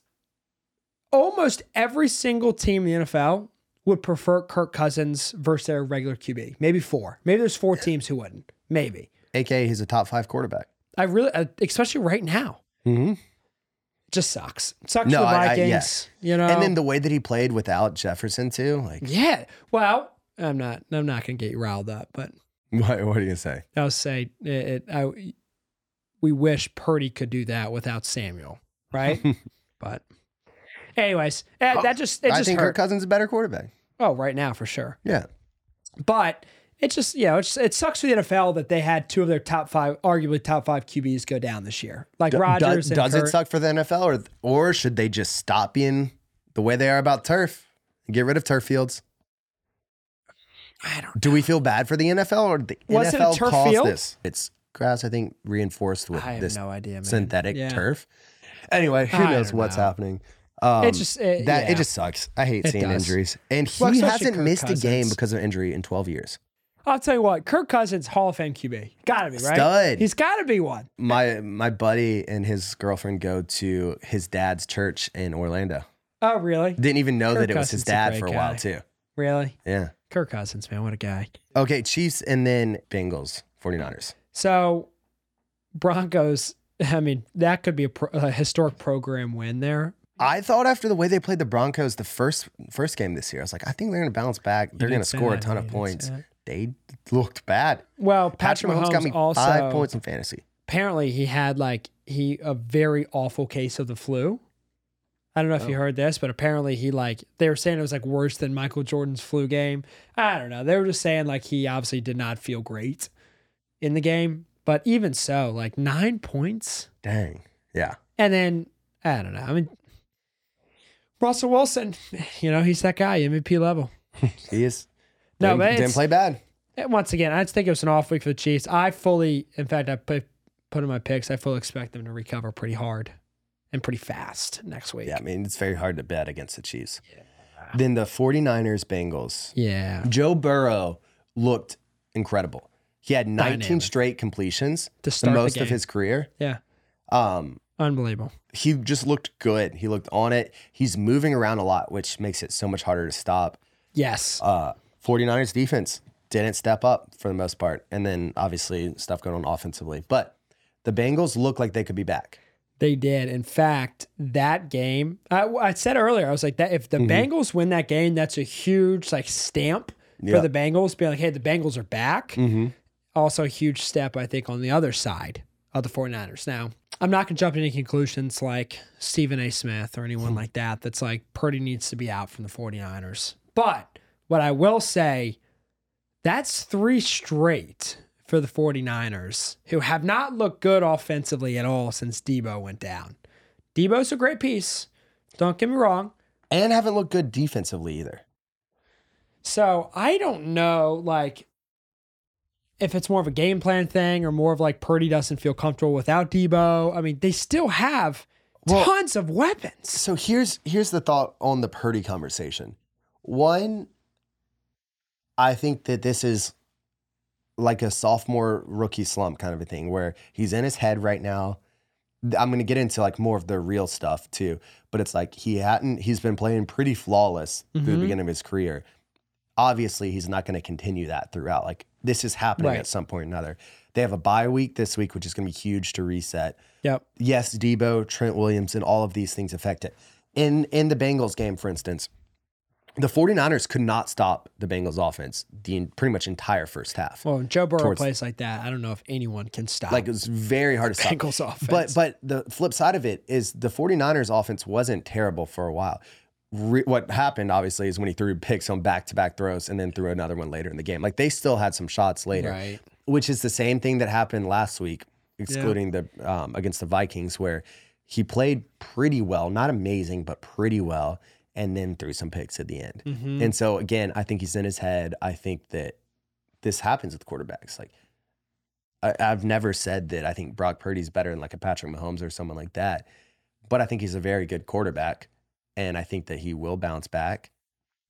almost every single team in the NFL would prefer Kirk Cousins versus their regular QB. Maybe four. Maybe there's four teams who wouldn't. Maybe. AKA he's a top five quarterback. I really, uh, especially right now, Mm-hmm. it just sucks. It sucks No, for the I- I- Vikings. yes. You know, And then the way that he played without Jefferson too, like yeah. Well, I'm not. I'm not gonna get you riled up, but What, what do you say? I'll say it, it, I, we wish Purdy could do that without Samuel, right? but, anyways, eh, that just it Oh, I just think Kirk hurt. Cousins is a better quarterback. oh, right now for sure. Yeah. But it just you know it's, it sucks for the NFL that they had two of their top five, arguably top five QBs go down this year, like Rodgers. does and does Kirk. it suck for the NFL or or should they just stop being the way they are about turf and get rid of turf fields? I don't. Do we feel bad for the NFL or the Was it a NFL turf caused field? this? It's grass, I think, reinforced with I have this no idea, man. synthetic Yeah. turf. Anyway, who I knows don't what's know. happening? Um, It just- it- that yeah. it just sucks. I hate It seeing does. injuries, and he Well, especially hasn't Kirk missed Cousins. a game because of injury in twelve years. I'll tell you what. Kirk Cousins, Hall of Fame QB, gotta be right. Stud. He's gotta be one. My my buddy and his girlfriend go to his dad's church in Orlando. Oh, really? Didn't even know Kirk that it was Cousins his is a dad great for a guy. while too. Really? Yeah. Kirk Cousins, man, what a guy. Okay, Chiefs and then Bengals, 49ers. So, Broncos. I mean, that could be a, pro, a historic program win there. I thought after the way they played the Broncos the first first game this year, I was like, I think they're going to bounce back. They're going did to say score a that. ton You of did points. say that. They looked bad. Well, Patrick, Mahomes, got me also five points in fantasy. apparently he had like he a very awful case of the flu. I don't know if Oh. you heard this, but apparently he like they were saying it was like worse than Michael Jordan's flu game. I don't know. They were just saying like he obviously did not feel great in the game, but even so, like 9 points Dang. Yeah. and then I don't know. I mean Russell Wilson, you know, he's that guy, MVP level. He is. No, didn't, but didn't it's- play bad. And once again, I just think it was an off week for the Chiefs. I fully, in fact, I put put in my picks. I fully expect them to recover pretty hard and pretty fast next week. Yeah, I mean, it's very hard to bet against the Chiefs. Then the 49ers, Bengals. Yeah. Joe Burrow looked incredible. He had 19 Dynamic. straight completions, To the start the most of game. his career. Yeah. Um, Unbelievable. he just looked good. He looked on it. He's moving around a lot, which makes it so much harder to stop. Yes. Uh, 49ers defense didn't step up for the most part. And then obviously stuff going on offensively. But the Bengals look like they could be back. They did. In fact, that game, I, I said earlier, I was like, that if the Bengals win that game, that's a huge like stamp Yeah. for the Bengals, being like, hey, the Bengals are back. Also, a huge step, I think, on the other side of the 49ers. Now, I'm not going to jump to any conclusions like Stephen A. Smith or anyone like that. That's like Purdy needs to be out from the 49ers. But what I will say, that's three straight for the 49ers, who have not looked good offensively at all since Debo went down. Debo's a great piece. Don't get me wrong. And haven't looked good defensively either. So I don't know, like, if it's more of a game plan thing or more of like Purdy doesn't feel comfortable without Debo. I mean, they still have Well- tons of weapons. So here's here's the thought on the Purdy conversation. One, I think that this is like a sophomore rookie slump kind of a thing where he's in his head right now. I'm gonna get into like more of the real stuff too, but it's like he hadn't he's been playing pretty flawless through the Mhm. beginning of his career. Obviously, he's not gonna continue that throughout. Like this is happening Right. at some point or another. They have a bye week this week, which is gonna be huge to reset Yep. yes, Debo, Trent Williams, and all of these things affect it. In in the Bengals game, for instance, the 49ers could not stop the Bengals offense the en- pretty much entire first half. Well, when Joe Burrow Towards- plays like that, I don't know if anyone can stop. like it was very hard to stop. Bengals But offense. but the flip side of it is the 49ers offense wasn't terrible for a while. Re- what happened obviously is when he threw picks on back-to-back throws and then threw another one later in the game. Like they still had some shots later right. which is the same thing that happened last week, excluding the um, against the Vikings, where he played pretty well, not amazing, but pretty well, and then threw some picks at the end. Mm-hmm. Mm-hmm. And so again, I think he's in his head. I think that this happens with quarterbacks. Like I, I've never said that I think Brock Purdy's better than like a Patrick Mahomes or someone like that, but I think he's a very good quarterback, and I think that he will bounce back.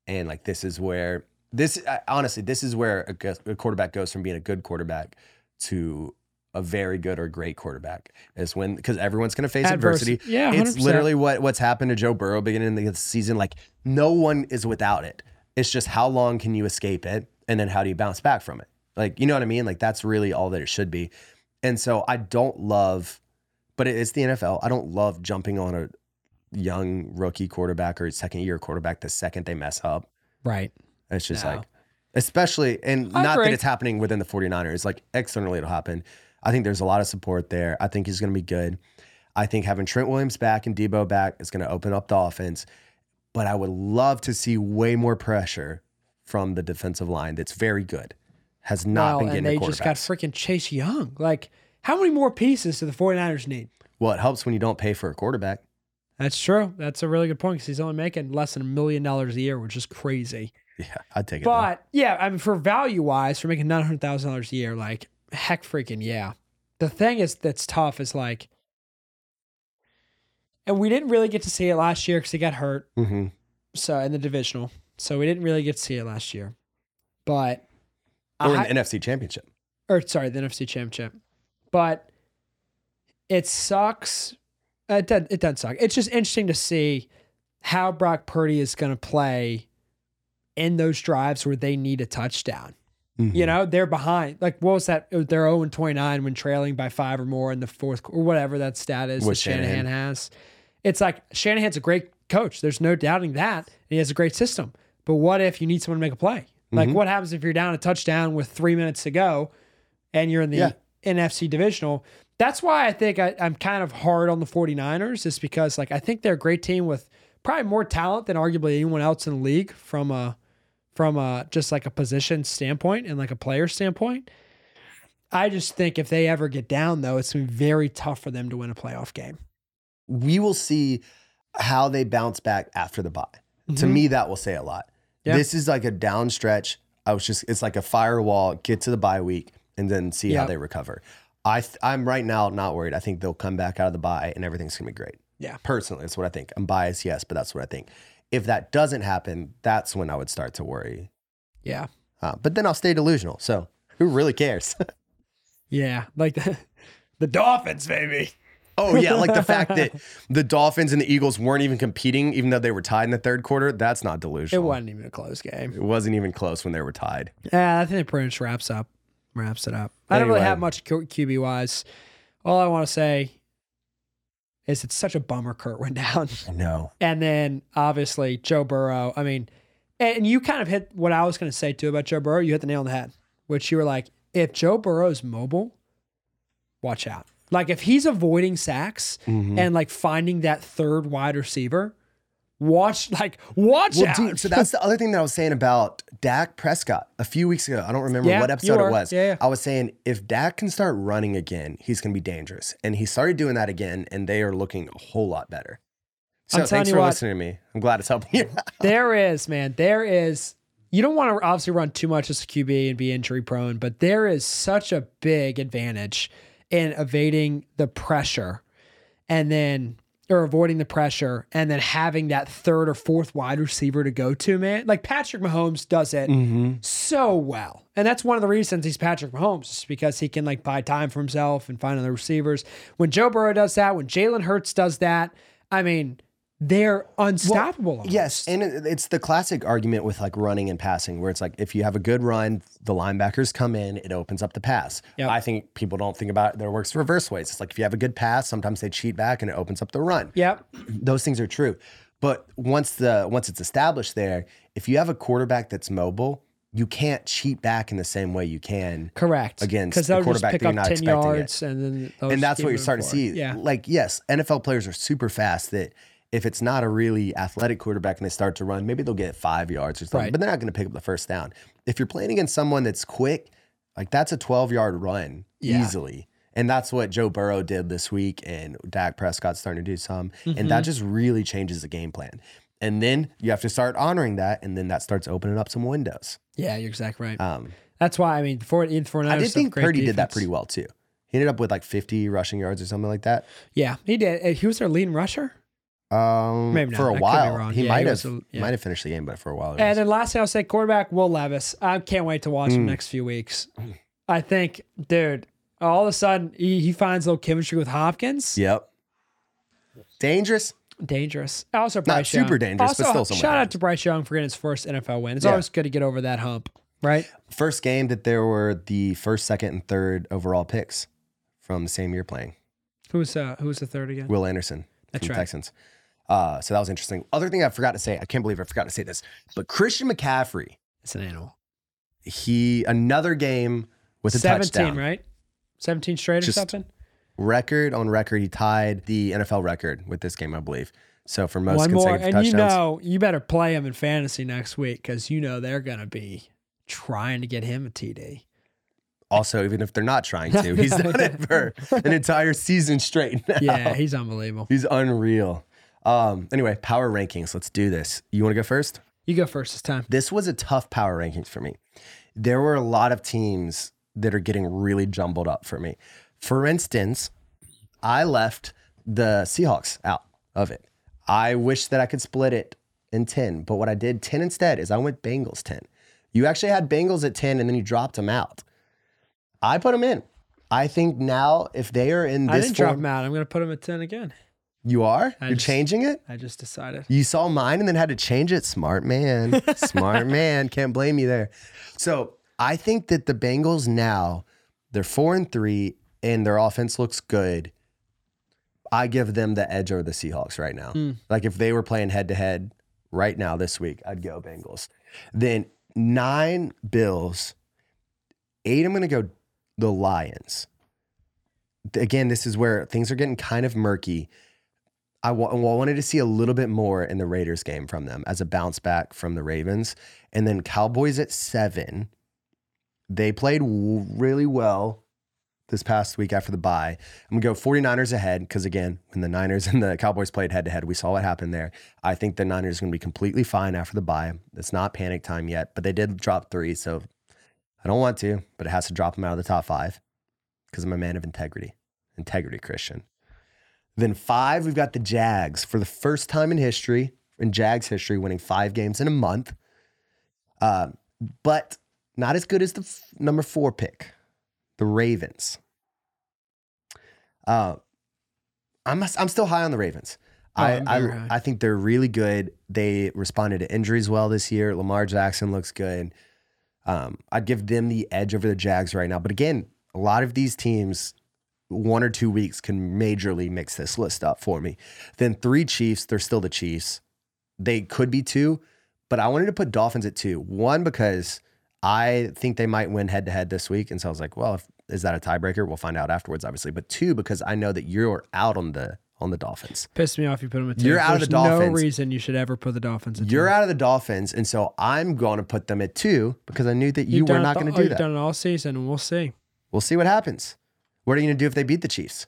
And like this is where this I- honestly, this is where a, gu- a quarterback goes from being a good quarterback to a very good or great quarterback is when because everyone's going to face Adverse- adversity. yeah, it's 100%. literally what what's happened to Joe Burrow beginning of the season. Like no one is without it. It's just how long can you escape it, and then how do you bounce back from it? Like you know what I mean? Like that's really all that it should be. And so I don't love, but it- it's the NFL. I don't love jumping on a young rookie quarterback or second year quarterback the second they mess up. Right. It's just No. like, especially, and I not agree. that it's happening within the 49ers, like externally it'll happen. I think there's a lot of support there. I think he's going to be good. I think having Trent Williams back and Debo back is going to open up the offense. But I would love to see way more pressure from the defensive line that's very good, has not Well, been getting and the they quarterbacks. just got freaking Chase Young. Like, how many more pieces do the 49ers need? well, it helps when you don't pay for a quarterback. That's true. That's a really good point because he's only making less than a million dollars a year, which is crazy. Yeah, I'd take it. though. But yeah, I mean, for value wise, for making nine hundred thousand dollars a year, like heck, freaking yeah. The thing is that's tough is like, and we didn't really get to see it last year because he got hurt. Mhm. So in the divisional, so we didn't really get to see it last year. But Or I- in the NFC Championship. or sorry, the NFC Championship. But it sucks. Uh, It doesn't, it doesn't suck. It's just interesting to see how Brock Purdy is going to play in those drives where they need a touchdown. Mm-hmm. You know, they're behind. Like, what was that? It was- They're 0 and 29 when trailing by five or more in the fourth qu- or whatever that stat is that With Shanahan. Shanahan. has. It's like Shanahan's a great coach. There's no doubting that. And he has a great system. But what if you need someone to make a play? Like, Mm-hmm. what happens if you're down a touchdown with three minutes to go and you're in the Yeah. NFC divisional? That's why I think I, I'm kind of hard on the 49ers, is because, like, I think they're a great team with probably more talent than arguably anyone else in the league from a from a just like a position standpoint and like a player standpoint. I just think if they ever get down though, it's gonna be very tough for them to win a playoff game. we will see how they bounce back after the bye. To me, that will say a lot. Mm-hmm. Yeah. This is like a down stretch. I was just, it's like a firewall, get to the bye week and then see how Yep. they recover. I th- I'm right now not worried. I think they'll come back out of the bye and everything's going to be great. Yeah. Personally, that's what I think. I'm biased, yes, but that's what I think. If that doesn't happen, that's when I would start to worry. Yeah. Uh, but then I'll stay delusional. So who really cares? Yeah. Like the, the Dolphins, baby. Oh yeah, like the fact that the Dolphins and the Eagles weren't even competing, even though they were tied in the third quarter. That's not It delusional. wasn't even a close game. It wasn't even close when they were tied. Yeah, I think it pretty much wraps up wraps it up. I don't really Anyway. have much Q- QB wise. All I want to say is it's such a bummer Kurt went down. No. And then obviously Joe Burrow. I mean, and you kind of hit what I was going to say too about Joe Burrow. You hit the nail on the head, which you were like, if Joe Burrow is mobile, watch out. Like if he's avoiding sacks Mm-hmm. and like finding that third wide receiver, watch like watch Well, out. dude, so that's the other thing that I was saying about Dak Prescott a few weeks ago. I don't remember Yeah, what you episode were. it was. Yeah, yeah. I was saying if Dak can start running again, he's going to be dangerous. And he started doing that again, and they are looking a whole lot better. I'm So telling thanks you for what. listening to me. I'm glad it's helping you. there is, man. There is. You don't want to obviously run too much as a QB and be injury prone, but there is such a big advantage in evading the pressure and then or avoiding the pressure and then having that third or fourth wide receiver to go to, man. Like Patrick Mahomes does it so well. And that's one of the reasons he's Patrick Mahomes, is because he can like buy time for himself and find other receivers. When Joe Burrow does that, when Jalen Hurts does that, I mean, they're unstoppable. Yes, and it- it's the classic argument with like running and passing, where it's like if you have a good run, the linebackers come in, it opens up the pass. Yep. I think people don't think about it. There works reverse ways. It's like if you have a good pass, sometimes they cheat back and it opens up the run. Yep. Those things are true, but once the once it's established there, if you have a quarterback that's mobile, you can't cheat back in the same way you can Correct. Against because the they'll just quarterback pick that you're up not ten expecting it. yards, and then they'll just and that's keep what you're moving starting to see. forward. Yeah, Like, yes, NFL players are super fast that if it's not a really athletic quarterback and they start to run, maybe they'll get five yards or something, Right. but they're not going to pick up the first down. If you're playing against someone that's quick, like that's a 12 yard run Yeah. easily. And that's what Joe Burrow did this week, and Dak Prescott's starting to do some. And Mm-hmm. that just really changes the game plan. And then you have to start honoring that, and then that starts opening up some windows. yeah, you're exactly right. Um, that's why I mean, the four, the 49ers I did have think great Purdy did that defense. pretty well too. He ended up with like 50 rushing yards or something like that. Yeah, he did. And He was their leading rusher. Um, Maybe not. for I a could be while. wrong. He Yeah, might he have was a- yeah. might have finished the game, but for a while. it was- And then last thing I'll say, quarterback Will Levis. I can't wait to watch Mm. him next few weeks. I think, dude, all of a sudden he, he finds a little chemistry with Hopkins. yep. Dangerous. dangerous. Also, Bryce super Young. dangerous, also, but still somewhat shout out dangerous. to Bryce Young for getting his first NFL win. It's Yeah. always good to get over that hump, right? First game that there were the first, second, and third overall picks from the same year playing. Who's uh, who's the third again? Will Anderson That's from right. Texans. Uh, so that was interesting. Other thing I forgot to say, I can't believe I forgot to say this, but Christian McCaffrey, It's an animal. he another game with a 17, touchdown right? 17 straight or Just- something? record on record. He tied the NFL record with this game, I believe. So for most One more. consecutive And touchdowns, you know, you better play him in fantasy next week because you know they're going to be trying to get him a TD. also even if they're not trying to he's done it for an entire season straight now. Yeah, he's unbelievable. he's unreal um anyway power rankings let's do this you want to go first You go first this time. This was a tough power rankings for me. There were a lot of teams that are getting really jumbled up for me. For instance, I left the Seahawks out of it. I wish that I could split it in 10, but what I did 10 instead is I went Bengals 10. You actually had Bengals at 10 and then you dropped them out. I put them in. I think now if they are in I this didn't drop form, him out. I'm going to put him at 10 again. you are? I You're just- changing it? I just decided. You saw mine and then had to change it. Smart man. Smart man. Can't blame you there. So I think that the Bengals now, they're four and three and their offense looks good. I give them the edge over the Seahawks right now. Like if they were playing head to head right now this week, I'd go Bengals. Then nine Bills, eight, I'm going to go the Lions. Again, this is where things are getting kind of murky. I wa- I wanted to see a little bit more in the Raiders game from them as a bounce back from the Ravens. And then Cowboys at seven, they played w- really well this past week after the bye. I'm going to go 49ers ahead because, again, when the Niners and the Cowboys played head to head, we saw what happened there. I think the Niners are going to be completely fine after the bye. It's not panic time yet, but they did drop three. So I don't want to, but it has to drop them out of the top five because I'm a man of integrity. Integrity, Christian. Then five, we've got the Jags for the first time in history, in Jags history, winning five games in a month. Uh, but not as good as the f- number four pick, the Ravens. Uh, I'm I'm still high on the Ravens. Oh, I I'm very high. I, I think they're really good. They responded to injuries well this year. Lamar Jackson looks good. Um, I'd give them the edge over the Jags right now. But again, a lot of these teams, one or two weeks can majorly mix this list up for me. Then three Chiefs, they're still the Chiefs. They could be two, but I wanted to put Dolphins at two. One, because I think they might win head to head this week. And so I was like, well, if, is that a tiebreaker? We'll find out afterwards, obviously. But two, because I know that you're out on the on the Dolphins. Pissed me off you put him at 10. You're out of the There's no Dolphins. reason you should ever put the Dolphins at 10. You're out of the Dolphins, and so I'm going to put them at two because I knew that you You've were done it not the- going oh, to do you've that. done it all season, and we'll see. We'll see what happens. What are you going to do if they beat the Chiefs?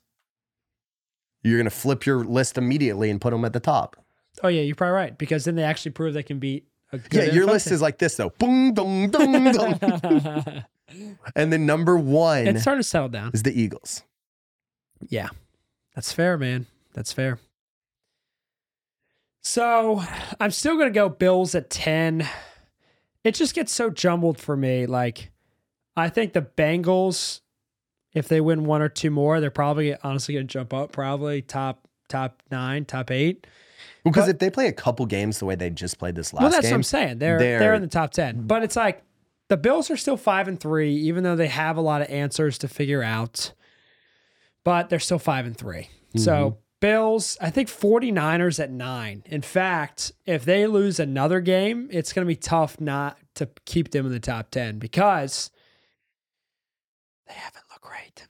You're going to flip your list immediately and put them at the top. Oh, yeah, you're probably right because then they actually prove they can beat a good yeah, your NFL list team. is like this though. Boom, dong, dong, dong. and then number one it's starting to settle down. is the Eagles. Yeah. That's fair, man. That's fair. So I'm still going to go Bills at 10. It just gets so jumbled for me. Like, I think the Bengals, if they win one or two more, they're probably honestly going to jump up, probably top top nine, top eight. Because But- if they play a couple games the way they just played this last well, that's game, what I'm saying. They're, they're they're- in the top ten, but it's like the Bills are still five and three, even though they have a lot of answers to figure out. But they're still five and 3 Mm-hmm. So Bills, I think 49ers at nine. In fact, if they lose another game, it's going to be tough not to keep them in the top ten because they haven't looked great.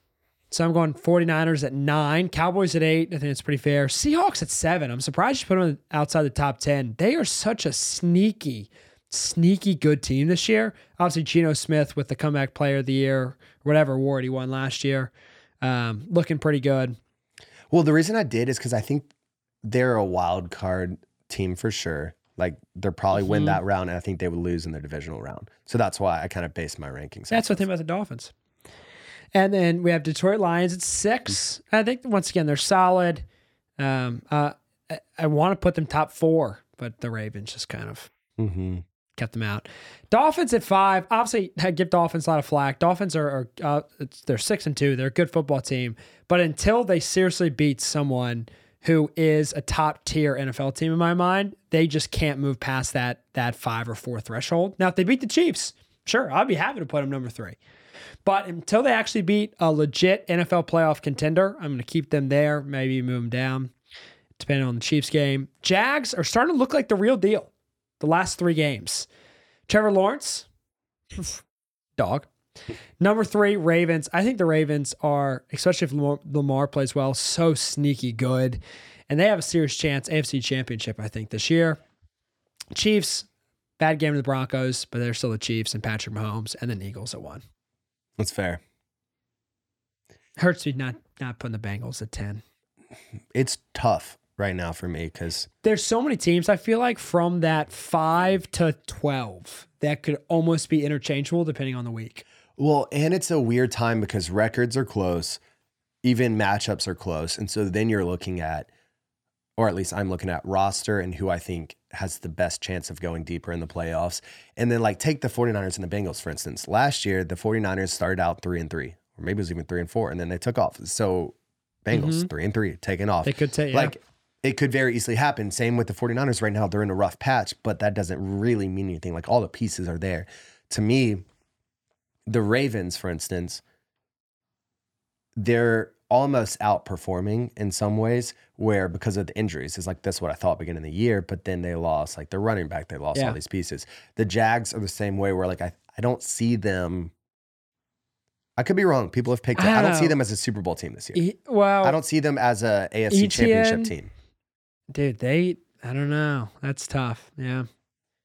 So I'm going 49ers at nine, Cowboys at eight. I think it's pretty fair. Seahawks at seven. I'm surprised you put them outside the top 10. They are such a sneaky, sneaky good team this year. Obviously, Geno Smith with the comeback player of the year, whatever award he won last year, um, looking pretty good. Well, the reason I did is because I think they're a wild card team for sure. Like they'll probably Mm-hmm. win that round, and I think they would lose in their divisional round. So that's why I kind of based my rankings. That's off what I think about the Dolphins. And then we have Detroit Lions at six. I think once again they're solid. Um, uh, I, I want to put them top four, but the Ravens just kind of of- Mhm. kept them out. Dolphins at five. Obviously, I give Dolphins a lot of flack. Dolphins are, are uh, it's- they're six and two. They're a good football team, but until they seriously beat someone who is a top tier NFL team in my mind, they just can't move past that that five or four threshold. Now, if they beat the Chiefs, sure, I'd be happy to put them number three. But until they actually beat a legit NFL playoff contender, I'm going to keep them there. Maybe move them down, depending on the Chiefs game. Jags are starting to look like the real deal. The last three games, Trevor Lawrence, dog. Number three, Ravens. I think the Ravens are, especially if Lamar, Lamar plays well, so sneaky good. And they have a serious chance, AFC Championship, I think, this year. Chiefs, bad game to the Broncos, but they're still the Chiefs and Patrick Mahomes, and then Eagles at one. That's fair. Hurts me not not putting the Bengals at ten. It's tough right now for me because There's so many teams. I feel like from that five to twelve that could almost be interchangeable depending on the week. well, and it's a weird time because records are close, even matchups are close, and so then you're looking at, or at least I'm looking at roster and who I think has the best chance of going deeper in the playoffs. And then like take the 49ers and the Bengals for instance. Last year the 49ers started out 3 and 3 or maybe it was even 3 and 4 and then they took off. So Bengals 3 and 3 taking off. Mm-hmm. They could take yeah. Like it could very easily happen. Same with the 49ers right now. They're in a rough patch, but that doesn't really mean anything. Like all the pieces are there. To me, the Ravens, for instance, they're almost outperforming in some ways where because of the injuries is like that's what I thought beginning of the year, but then they lost like the running back, they lost Yeah. all these pieces. The Jags are the same way where like I, I don't see them. I could be wrong. People have picked. it. I I don't see know. them as a Super Bowl team this year. E- well, I don't see them as a AFC ETN? championship team. dude, they I don't know. That's tough. Yeah.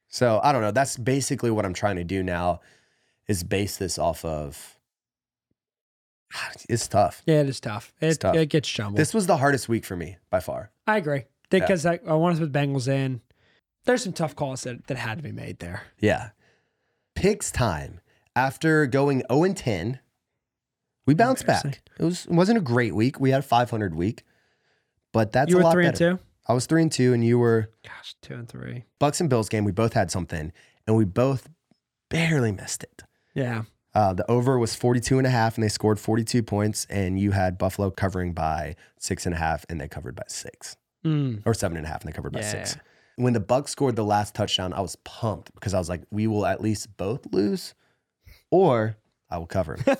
So I don't know. That's basically what I'm trying to do now is base this off of. It's tough. Yeah, it is tough. It, It's tough. it gets jumbled. This was the hardest week for me by far. I agree. Because I, I wanted to put Bengals in. There's some tough calls that, that had to be made there. Yeah. Picks time. After going 0 and 10, we bounced Embarrassing. back. It was it wasn't a great week. We had a 500 week, but that's you a were lot three better. and two? I was three and two, and you were Gosh, two and three. Bucks and Bills game. We both had something, and we both barely missed it. Yeah. Uh, the over was 42 and a half and they scored 42 points and you had Buffalo covering by six and a half and they covered by six Mm. or seven and a half and they covered by six. Yeah. When the Bucks scored the last touchdown, I was pumped because I was like, we will at least both lose or I will cover.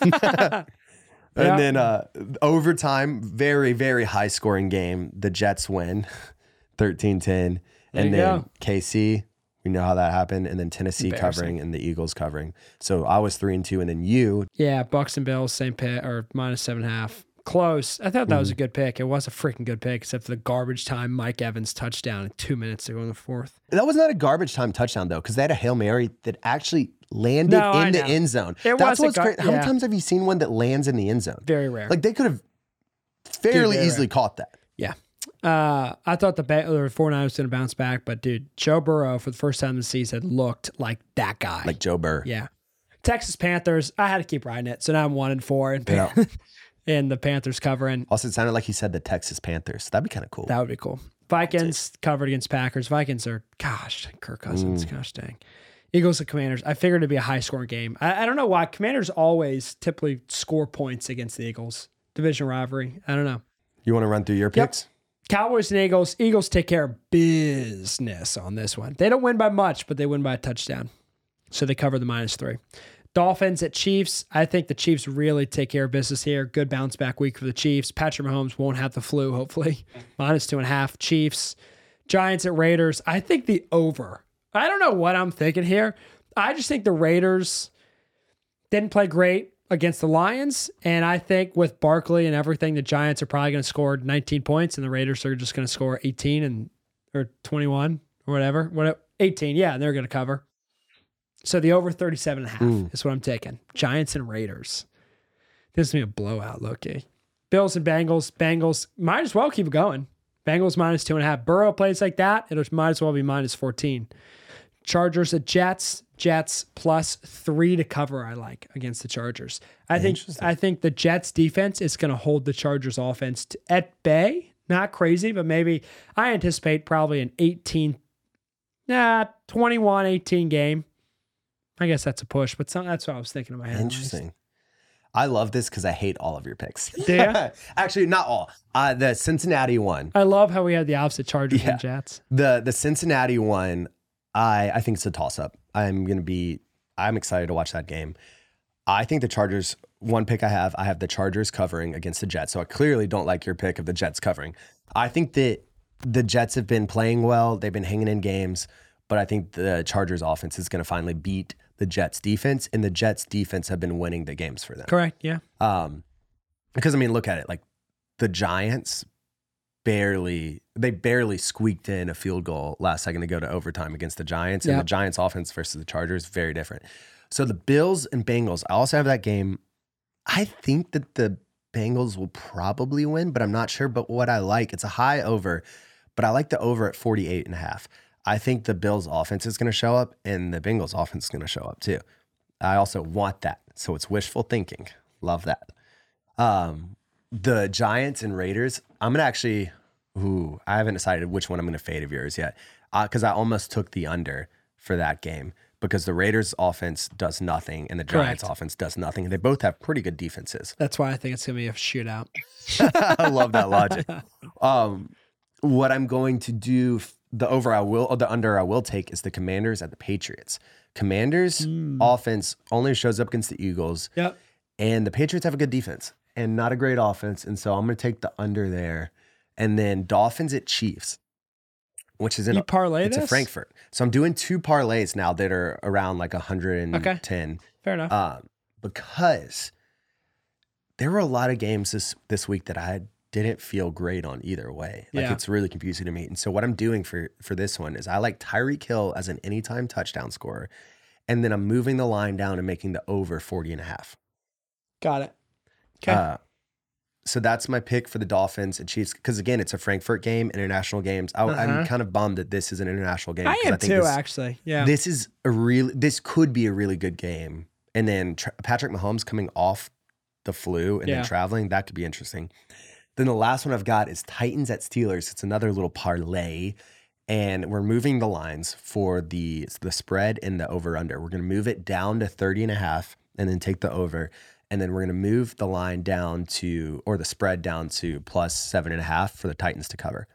Yeah. And then uh, overtime, very, very high scoring game. The Jets win 13 10. There And you then go. KC, we know how that happened. And then Tennessee covering and the Eagles covering. So I was three and two. And then you, Yeah, Bucks and Bills, same pick or minus seven and a half. Close. I thought that Mm-hmm. was a good pick. It was a freaking good pick, except for the garbage time Mike Evans touchdown in two minutes to go in the fourth. that was not a garbage time touchdown, though, because they had a Hail Mary that actually landed No, I in the know. end zone. It was That's a what's gar- great. How yeah. many times have you seen one that lands in the end zone? Very rare. Like they could have fairly very easily caught that. yeah. Uh, I thought the, ba- or the 49ers was going to bounce back, but dude, Joe Burrow for the first time this season looked like that guy. Like Joe Burr. yeah. Texas Panthers, I had to keep riding it. So now I'm one and four and, Yeah. and the Panthers covering. Also, it sounded like he said the Texas Panthers. That'd be kind of cool. That would be cool. Vikings covered against Packers. Vikings are, gosh, Kirk Cousins, gosh dang. Eagles and Commanders. I figured it'd be a high scoring game. I, I don't know why. Commanders always typically score points against the Eagles. Division rivalry. I don't know. you want to run through your picks? Cowboys and Eagles. Eagles take care of business on this one. They don't win by much, but they win by a touchdown. So they cover the minus three. Dolphins at Chiefs. I think the Chiefs really take care of business here. Good bounce back week for the Chiefs. Patrick Mahomes won't have the flu, hopefully. Minus two and a half. Chiefs. Giants at Raiders. I think the over. I don't know what I'm thinking here. I just think the Raiders didn't play great against the Lions. And I think with Barkley and everything, the Giants are probably going to score 19 points and the Raiders are just going to score 18 and or 21 or whatever. What 18. Yeah, and they're going to cover. So the over 37 and a half is what I'm taking. Giants and Raiders. This is going to be a blowout, Loki. Bills and Bengals. Bengals might as well keep going. Bengals minus two and a half. Burrow plays like that. It might as well be minus 14. Chargers at Jets. Jets plus three to cover. I like against the Chargers. I think I think the Jets defense is going to hold the Chargers offense t at bay. Not crazy, but maybe I anticipate probably an 18, nah, 21, 18 game. I guess that's a push, but some, that's what I was thinking in my head. at least. Interesting. I love this because I hate all of your picks. Do ya? Actually, not all. Uh, the Cincinnati one. I love how we had the opposite Chargers Yeah. and Jets. The the Cincinnati one, I I think it's a toss up. I'm gonna be I'm excited to watch that game. I think the Chargers one pick I have, I have the Chargers covering against the Jets. So I clearly don't like your pick of the Jets covering. I think that the Jets have been playing well. They've been hanging in games, but I think the Chargers offense is gonna finally beat the Jets defense, and the Jets defense have been winning the games for them. Correct. Yeah. Um, because I mean, look at it. Like the Giants barely they barely squeaked in a field goal last second to go to overtime against the Giants. And Yep. the Giants offense versus the Chargers, very different. So the Bills and Bengals, I also have that game. I think that the Bengals will probably win, but I'm not sure. But what I like, it's a high over, but I like the over at 48 and a half. I think the Bills offense is going to show up and the Bengals offense is going to show up too. I also want that. So it's wishful thinking. Love that. Um, the Giants and Raiders, I'm going to actually, ooh, I haven't decided which one I'm going to fade of yours yet because I almost took the under for that game because the Raiders offense does nothing and the Giants Correct. offense does nothing. They both have pretty good defenses. That's why I think it's gonna be a shootout. I love that logic. Um, what I'm going to do, f- the over I will, or the under I will take is the Commanders at the Patriots. Commanders offense only shows up against the Eagles, Yep. and the Patriots have a good defense and not a great offense, and so I'm going to take the under there, and then Dolphins at Chiefs, which is in You parlay it's a this? Frankfurt. So I'm doing two parlays now that are around like 110. Fair enough. Um, because there were a lot of games this this week that I didn't feel great on either way. Like Yeah. it's really confusing to me. And so what I'm doing for for this one is I like Tyreek Hill as an anytime touchdown scorer, and then I'm moving the line down and making the over 40 and a half. Got it. Okay. Uh, so that's my pick for the Dolphins and Chiefs because again, it's a Frankfurt game, international games. I, I'm Uh-huh. kind of bummed that this is an international game. I 'cause am too, this- actually. Yeah. this is a really this could be a really good game. And then Tr- Patrick Mahomes coming off the flu and Yeah. then traveling, that could be interesting. Then the last one I've got is Titans at Steelers. It's another little parlay. And we're moving the lines for the the spread and the over under. We're going to move it down to 30 and a half and then take the over. And then we're going to move the line down to, or the spread down to plus seven and a half for the Titans to cover.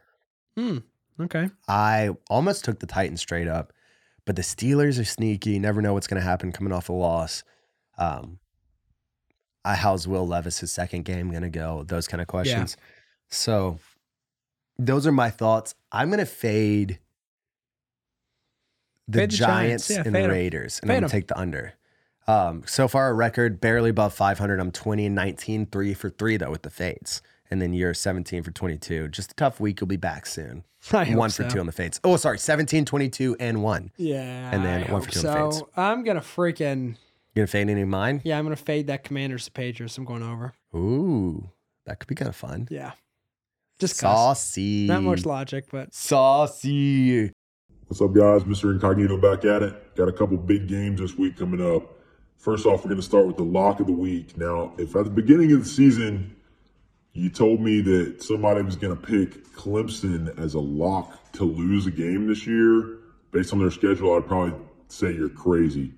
Hmm. Okay. I almost took the Titans straight up, but the Steelers are sneaky. You never know what's going to happen coming off a loss. Um, I, how's Will Levis' his second game going to go? Those kind of questions. So, those are my thoughts. I'm going to fade the Fade the Giants, Giants. Yeah, and fade 'em. Raiders, and Fade I'm going 'em. to take the under. Um, so far, our record barely above 500. I'm 20 and 19, three for three, though, with the fades. And then you're 17 for 22. Just a tough week. You'll be back soon I hope one for so. two on the fades. Oh, sorry, 17, 22, and one. Yeah. And then I one for hope two on the So I'm gonna freaking You gonna fade any of mine? yeah. I'm gonna fade that Commanders to Patriots. I'm going over. Ooh, that could be kind of fun. Yeah. Just cause. Saucy. Not much logic, but Saucy. What's up, guys? Mr. Incognito back at it. Got a couple big games this week coming up. First off, we're going to start with the lock of the week. Now, if at the beginning of the season you told me that somebody was going to pick Clemson as a lock to lose a game this year, based on their schedule, I'd probably say you're crazy.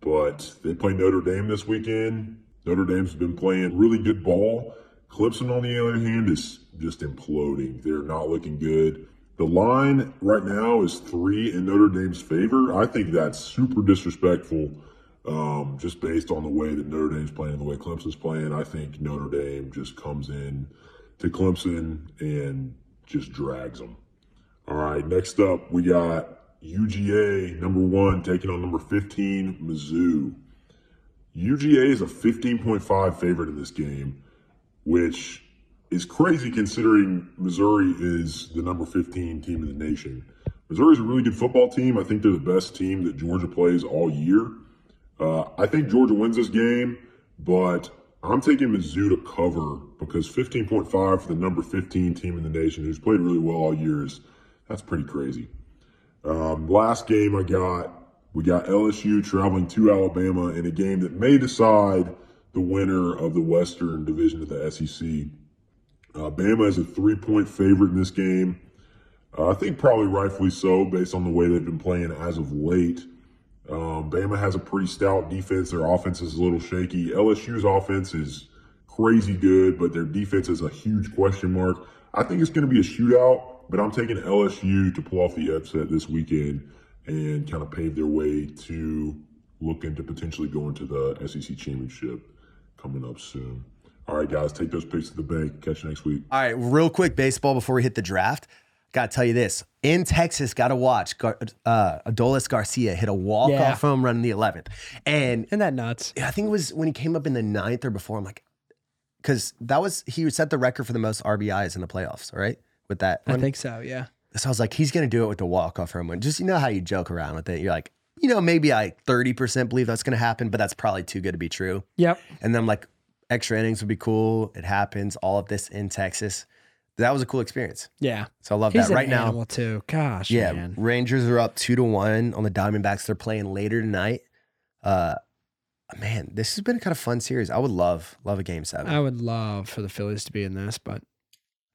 But they play Notre Dame this weekend. Notre Dame's been playing really good ball. Clemson, on the other hand, is just imploding. They're not looking good. The line right now is three in Notre Dame's favor. I think that's super disrespectful um, just based on the way that Notre Dame's playing and the way Clemson's playing. I think Notre Dame just comes in to Clemson and just drags them. All right, next up, we got UGA number one taking on number 15, Mizzou. UGA is a 15.5 favorite in this game, which is crazy considering Missouri is the number 15 team in the nation. Missouri's a really good football team. I think they're the best team that Georgia plays all year. Uh, I think Georgia wins this game, but I'm taking Mizzou to cover because 15.5 for the number 15 team in the nation, who's played really well all years. That's pretty crazy. Um, last game I got, we got LSU traveling to Alabama in a game that may decide the winner of the Western Division of the SEC. Uh, Bama is a three-point favorite in this game. Uh, I think probably rightfully so, based on the way they've been playing as of late. Um, Bama has a pretty stout defense. Their offense is a little shaky. LSU's offense is crazy good, but their defense is a huge question mark. I think it's going to be a shootout, but I'm taking LSU to pull off the upset this weekend and kind of pave their way to looking to potentially going to the SEC championship coming up soon. All right, guys, take those picks to the bank. Catch you next week. All right, real quick baseball before we hit the draft. Gotta tell you this. In Texas, gotta watch Gar- uh, Adolis Garcia hit a walk-off Yeah. home run in the 11th. And isn't that nuts? I think it was when he came up in the ninth or before. I'm like, because that was, he set the record for the most RBIs in the playoffs, right? With that. I one. think so. Yeah. So I was like, he's gonna do it with the walk off home run. Just you know how you joke around with it. You're like, you know, maybe I 30% believe that's gonna happen, but that's probably too good to be true. Yep. And then I'm like, extra innings would be cool. It happens. All of this in Texas. that was a cool experience. Yeah. So I love He's that. an Right now, animal too. Gosh, yeah, man. Rangers are up two to one on the Diamondbacks. They're playing later tonight. Uh, man, this has been a kind of fun series. I would love love a game seven. I would love for the Phillies to be in this, but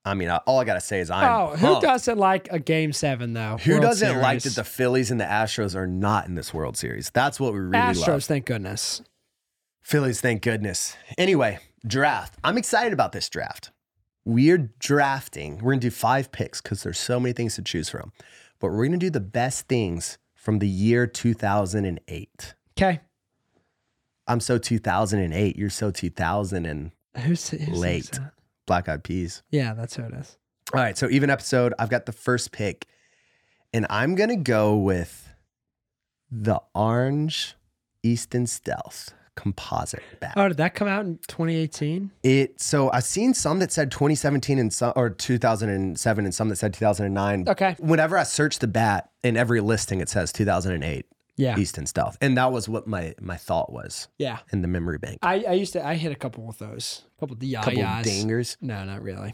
I mean, I, all I gotta say is I'm. oh, who pumped. doesn't like a game seven though? Who World doesn't like that Series. the Phillies and the Astros are not in this World Series? That's what we really Astros? love. Thank goodness. Phillies, thank goodness. Anyway, draft. I'm excited about this draft. We're drafting. We're gonna do five picks because there's so many things to choose from. But we're gonna do the best things from the year 2008. Okay. I'm so 2008. You're so 2000 and Who's, who's Late. that? Black Eyed Peas. Yeah, that's who it is. All right, so even episode. I've got the first pick, and I'm gonna go with the orange Easton Stealth composite bat. Oh, did that come out in 2018? It so I've seen some that said 2017 and some or 2007 and some that said 2009. Okay. Whenever I search the bat in every listing, it says 2008 Yeah. Easton Stealth, and that was what my my thought was Yeah. in the memory bank. I, I used to I hit a couple of those. A couple of the couple yayas. dingers. No, not really.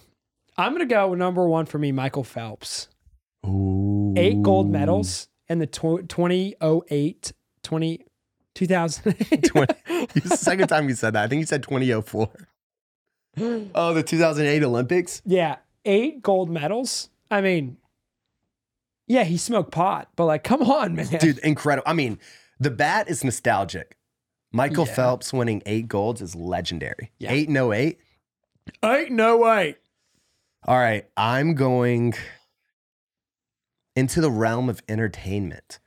I'm gonna go with number one for me, Michael Phelps. Ooh. Eight gold medals in the tw- 2008, 20, 2008. 20, it's the second time you said that. I think you said 2004. Oh, the 2008 Olympics? yeah, eight gold medals. I mean, yeah, he smoked pot, but like, come on, man. Dude, incredible. I mean, the bat is nostalgic. Michael Yeah. Phelps winning eight golds is legendary. Yeah. Eight and 08. ain't no way. All right, I'm going into the realm of entertainment.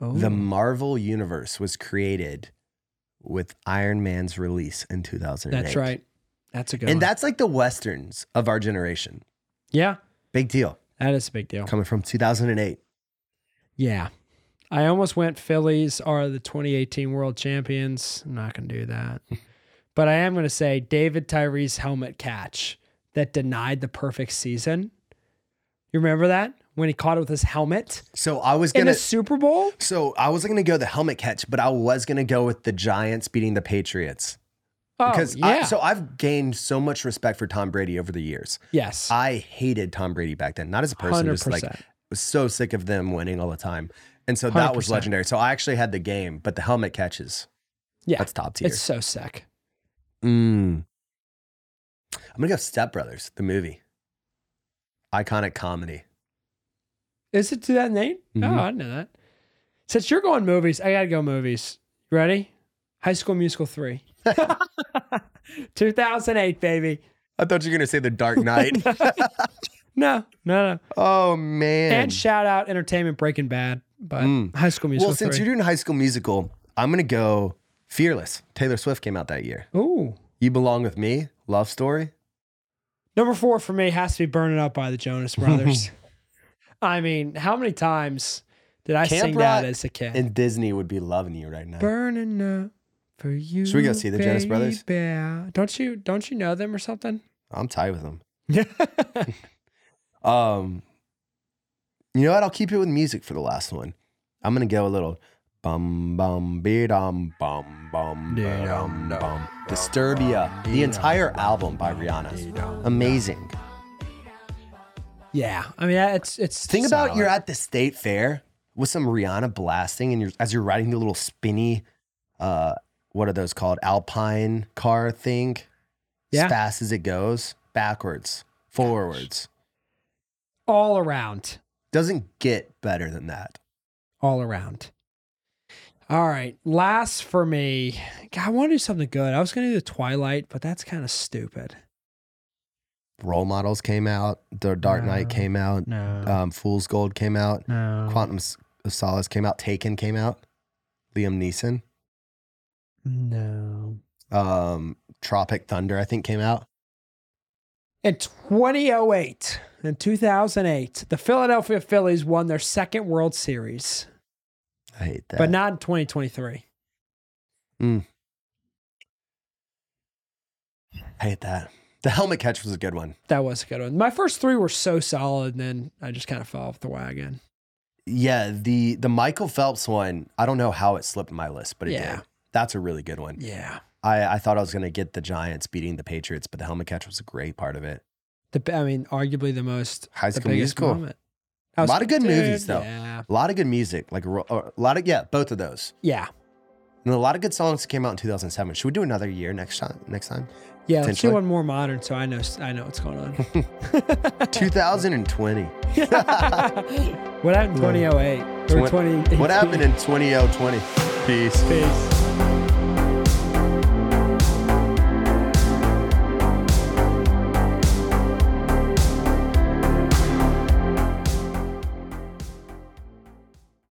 The Marvel Universe was created with Iron Man's release in 2008. that's right. That's a good. one. And that's like the Westerns of our generation. yeah, Big deal. that is a big deal. Coming from 2008. Yeah. I almost went Phillies are the 2018 world champions. I'm not going to do that. but I am going to say David Tyree's helmet catch that denied the perfect season. You remember that? When he caught it with his helmet So I was in gonna the Super Bowl? So I was gonna go the helmet catch, but I was gonna go with the Giants beating the Patriots Oh, because yeah. I, so I've gained so much respect for Tom Brady over the years. yes. I hated Tom Brady back then, not as a person, just like 100%. was so sick of them winning all the time, and so that was 100%. legendary. So I actually had the game, but the helmet catches yeah. that's top tier. It's so sick. Mm. I'm gonna go Step Brothers, the movie, iconic comedy. Is it 2008? Mhm. Oh, I didn't know that. Since you're going movies, I got to go movies. You ready? High School Musical 3. 2008, baby. I thought you were gonna say The Dark Knight. No, no, no. oh man! And shout out Entertainment Breaking Bad, but Mm. High School Musical. Well, since you're doing High School Musical, I'm gonna go Fearless. Taylor Swift came out that year. doing, ooh, You Belong with Me, Love Story. number four for me has to be "Burning Up" by the Jonas Brothers. I mean, how many times did I Camp sing Rock that as a kid? And Disney would be loving you right now. Burning up for you. Should we go see the Jonas Brothers? baby. Don't you don't you know them or something? I'm tied with them. Yeah. Um, you know what? I'll keep it with music for the last one. I'm gonna go a little bum bum be dum bum bum be dum bum. Disturbia, the entire album by Rihanna, amazing. yeah. I mean, it's it's. Think about solid. you're at the state fair with some Rihanna blasting, and you're as you're riding the little spinny, uh, what are those called? Alpine car thing. Yeah. As fast as it goes, backwards, forwards. all around, Doesn't get better than that. all around. All right, last for me. God, I want to do something good. I was going to do the Twilight, but that's kind of stupid. Role models came out. The Dark Knight No. came out. No. Um, Fool's Gold came out. No. Quantum S- of Solace came out. Taken came out. Liam Neeson. No. Um, Tropic Thunder, I think, came out. In 2008 and 2008, the Philadelphia Phillies won their second World Series, I hate that. but not in 2023. I hate that. The helmet catch was a good one. That was a good one. My first three were so solid, and then I just kind of fell off the wagon. Yeah, the the Michael Phelps one. I don't know how it slipped my list, but it Yeah. did. That's a really good one. Yeah. I, I thought I was gonna get the Giants beating the Patriots, but the helmet catch was a great part of it. The I mean, arguably the most High the School biggest Musical. moment. I A was lot of like, good movies, "Dude, though. Yeah, A lot of good music, like a ro- or a lot of yeah, both of those, yeah, and a lot of good songs came out in 2007. Should we do another year next time? Next time, yeah. Let's do Potentially. one more modern, so I know I know what's going on. 2020. what happened in 2008 or Twen- 20? What happened in 2020? Peace. Peace.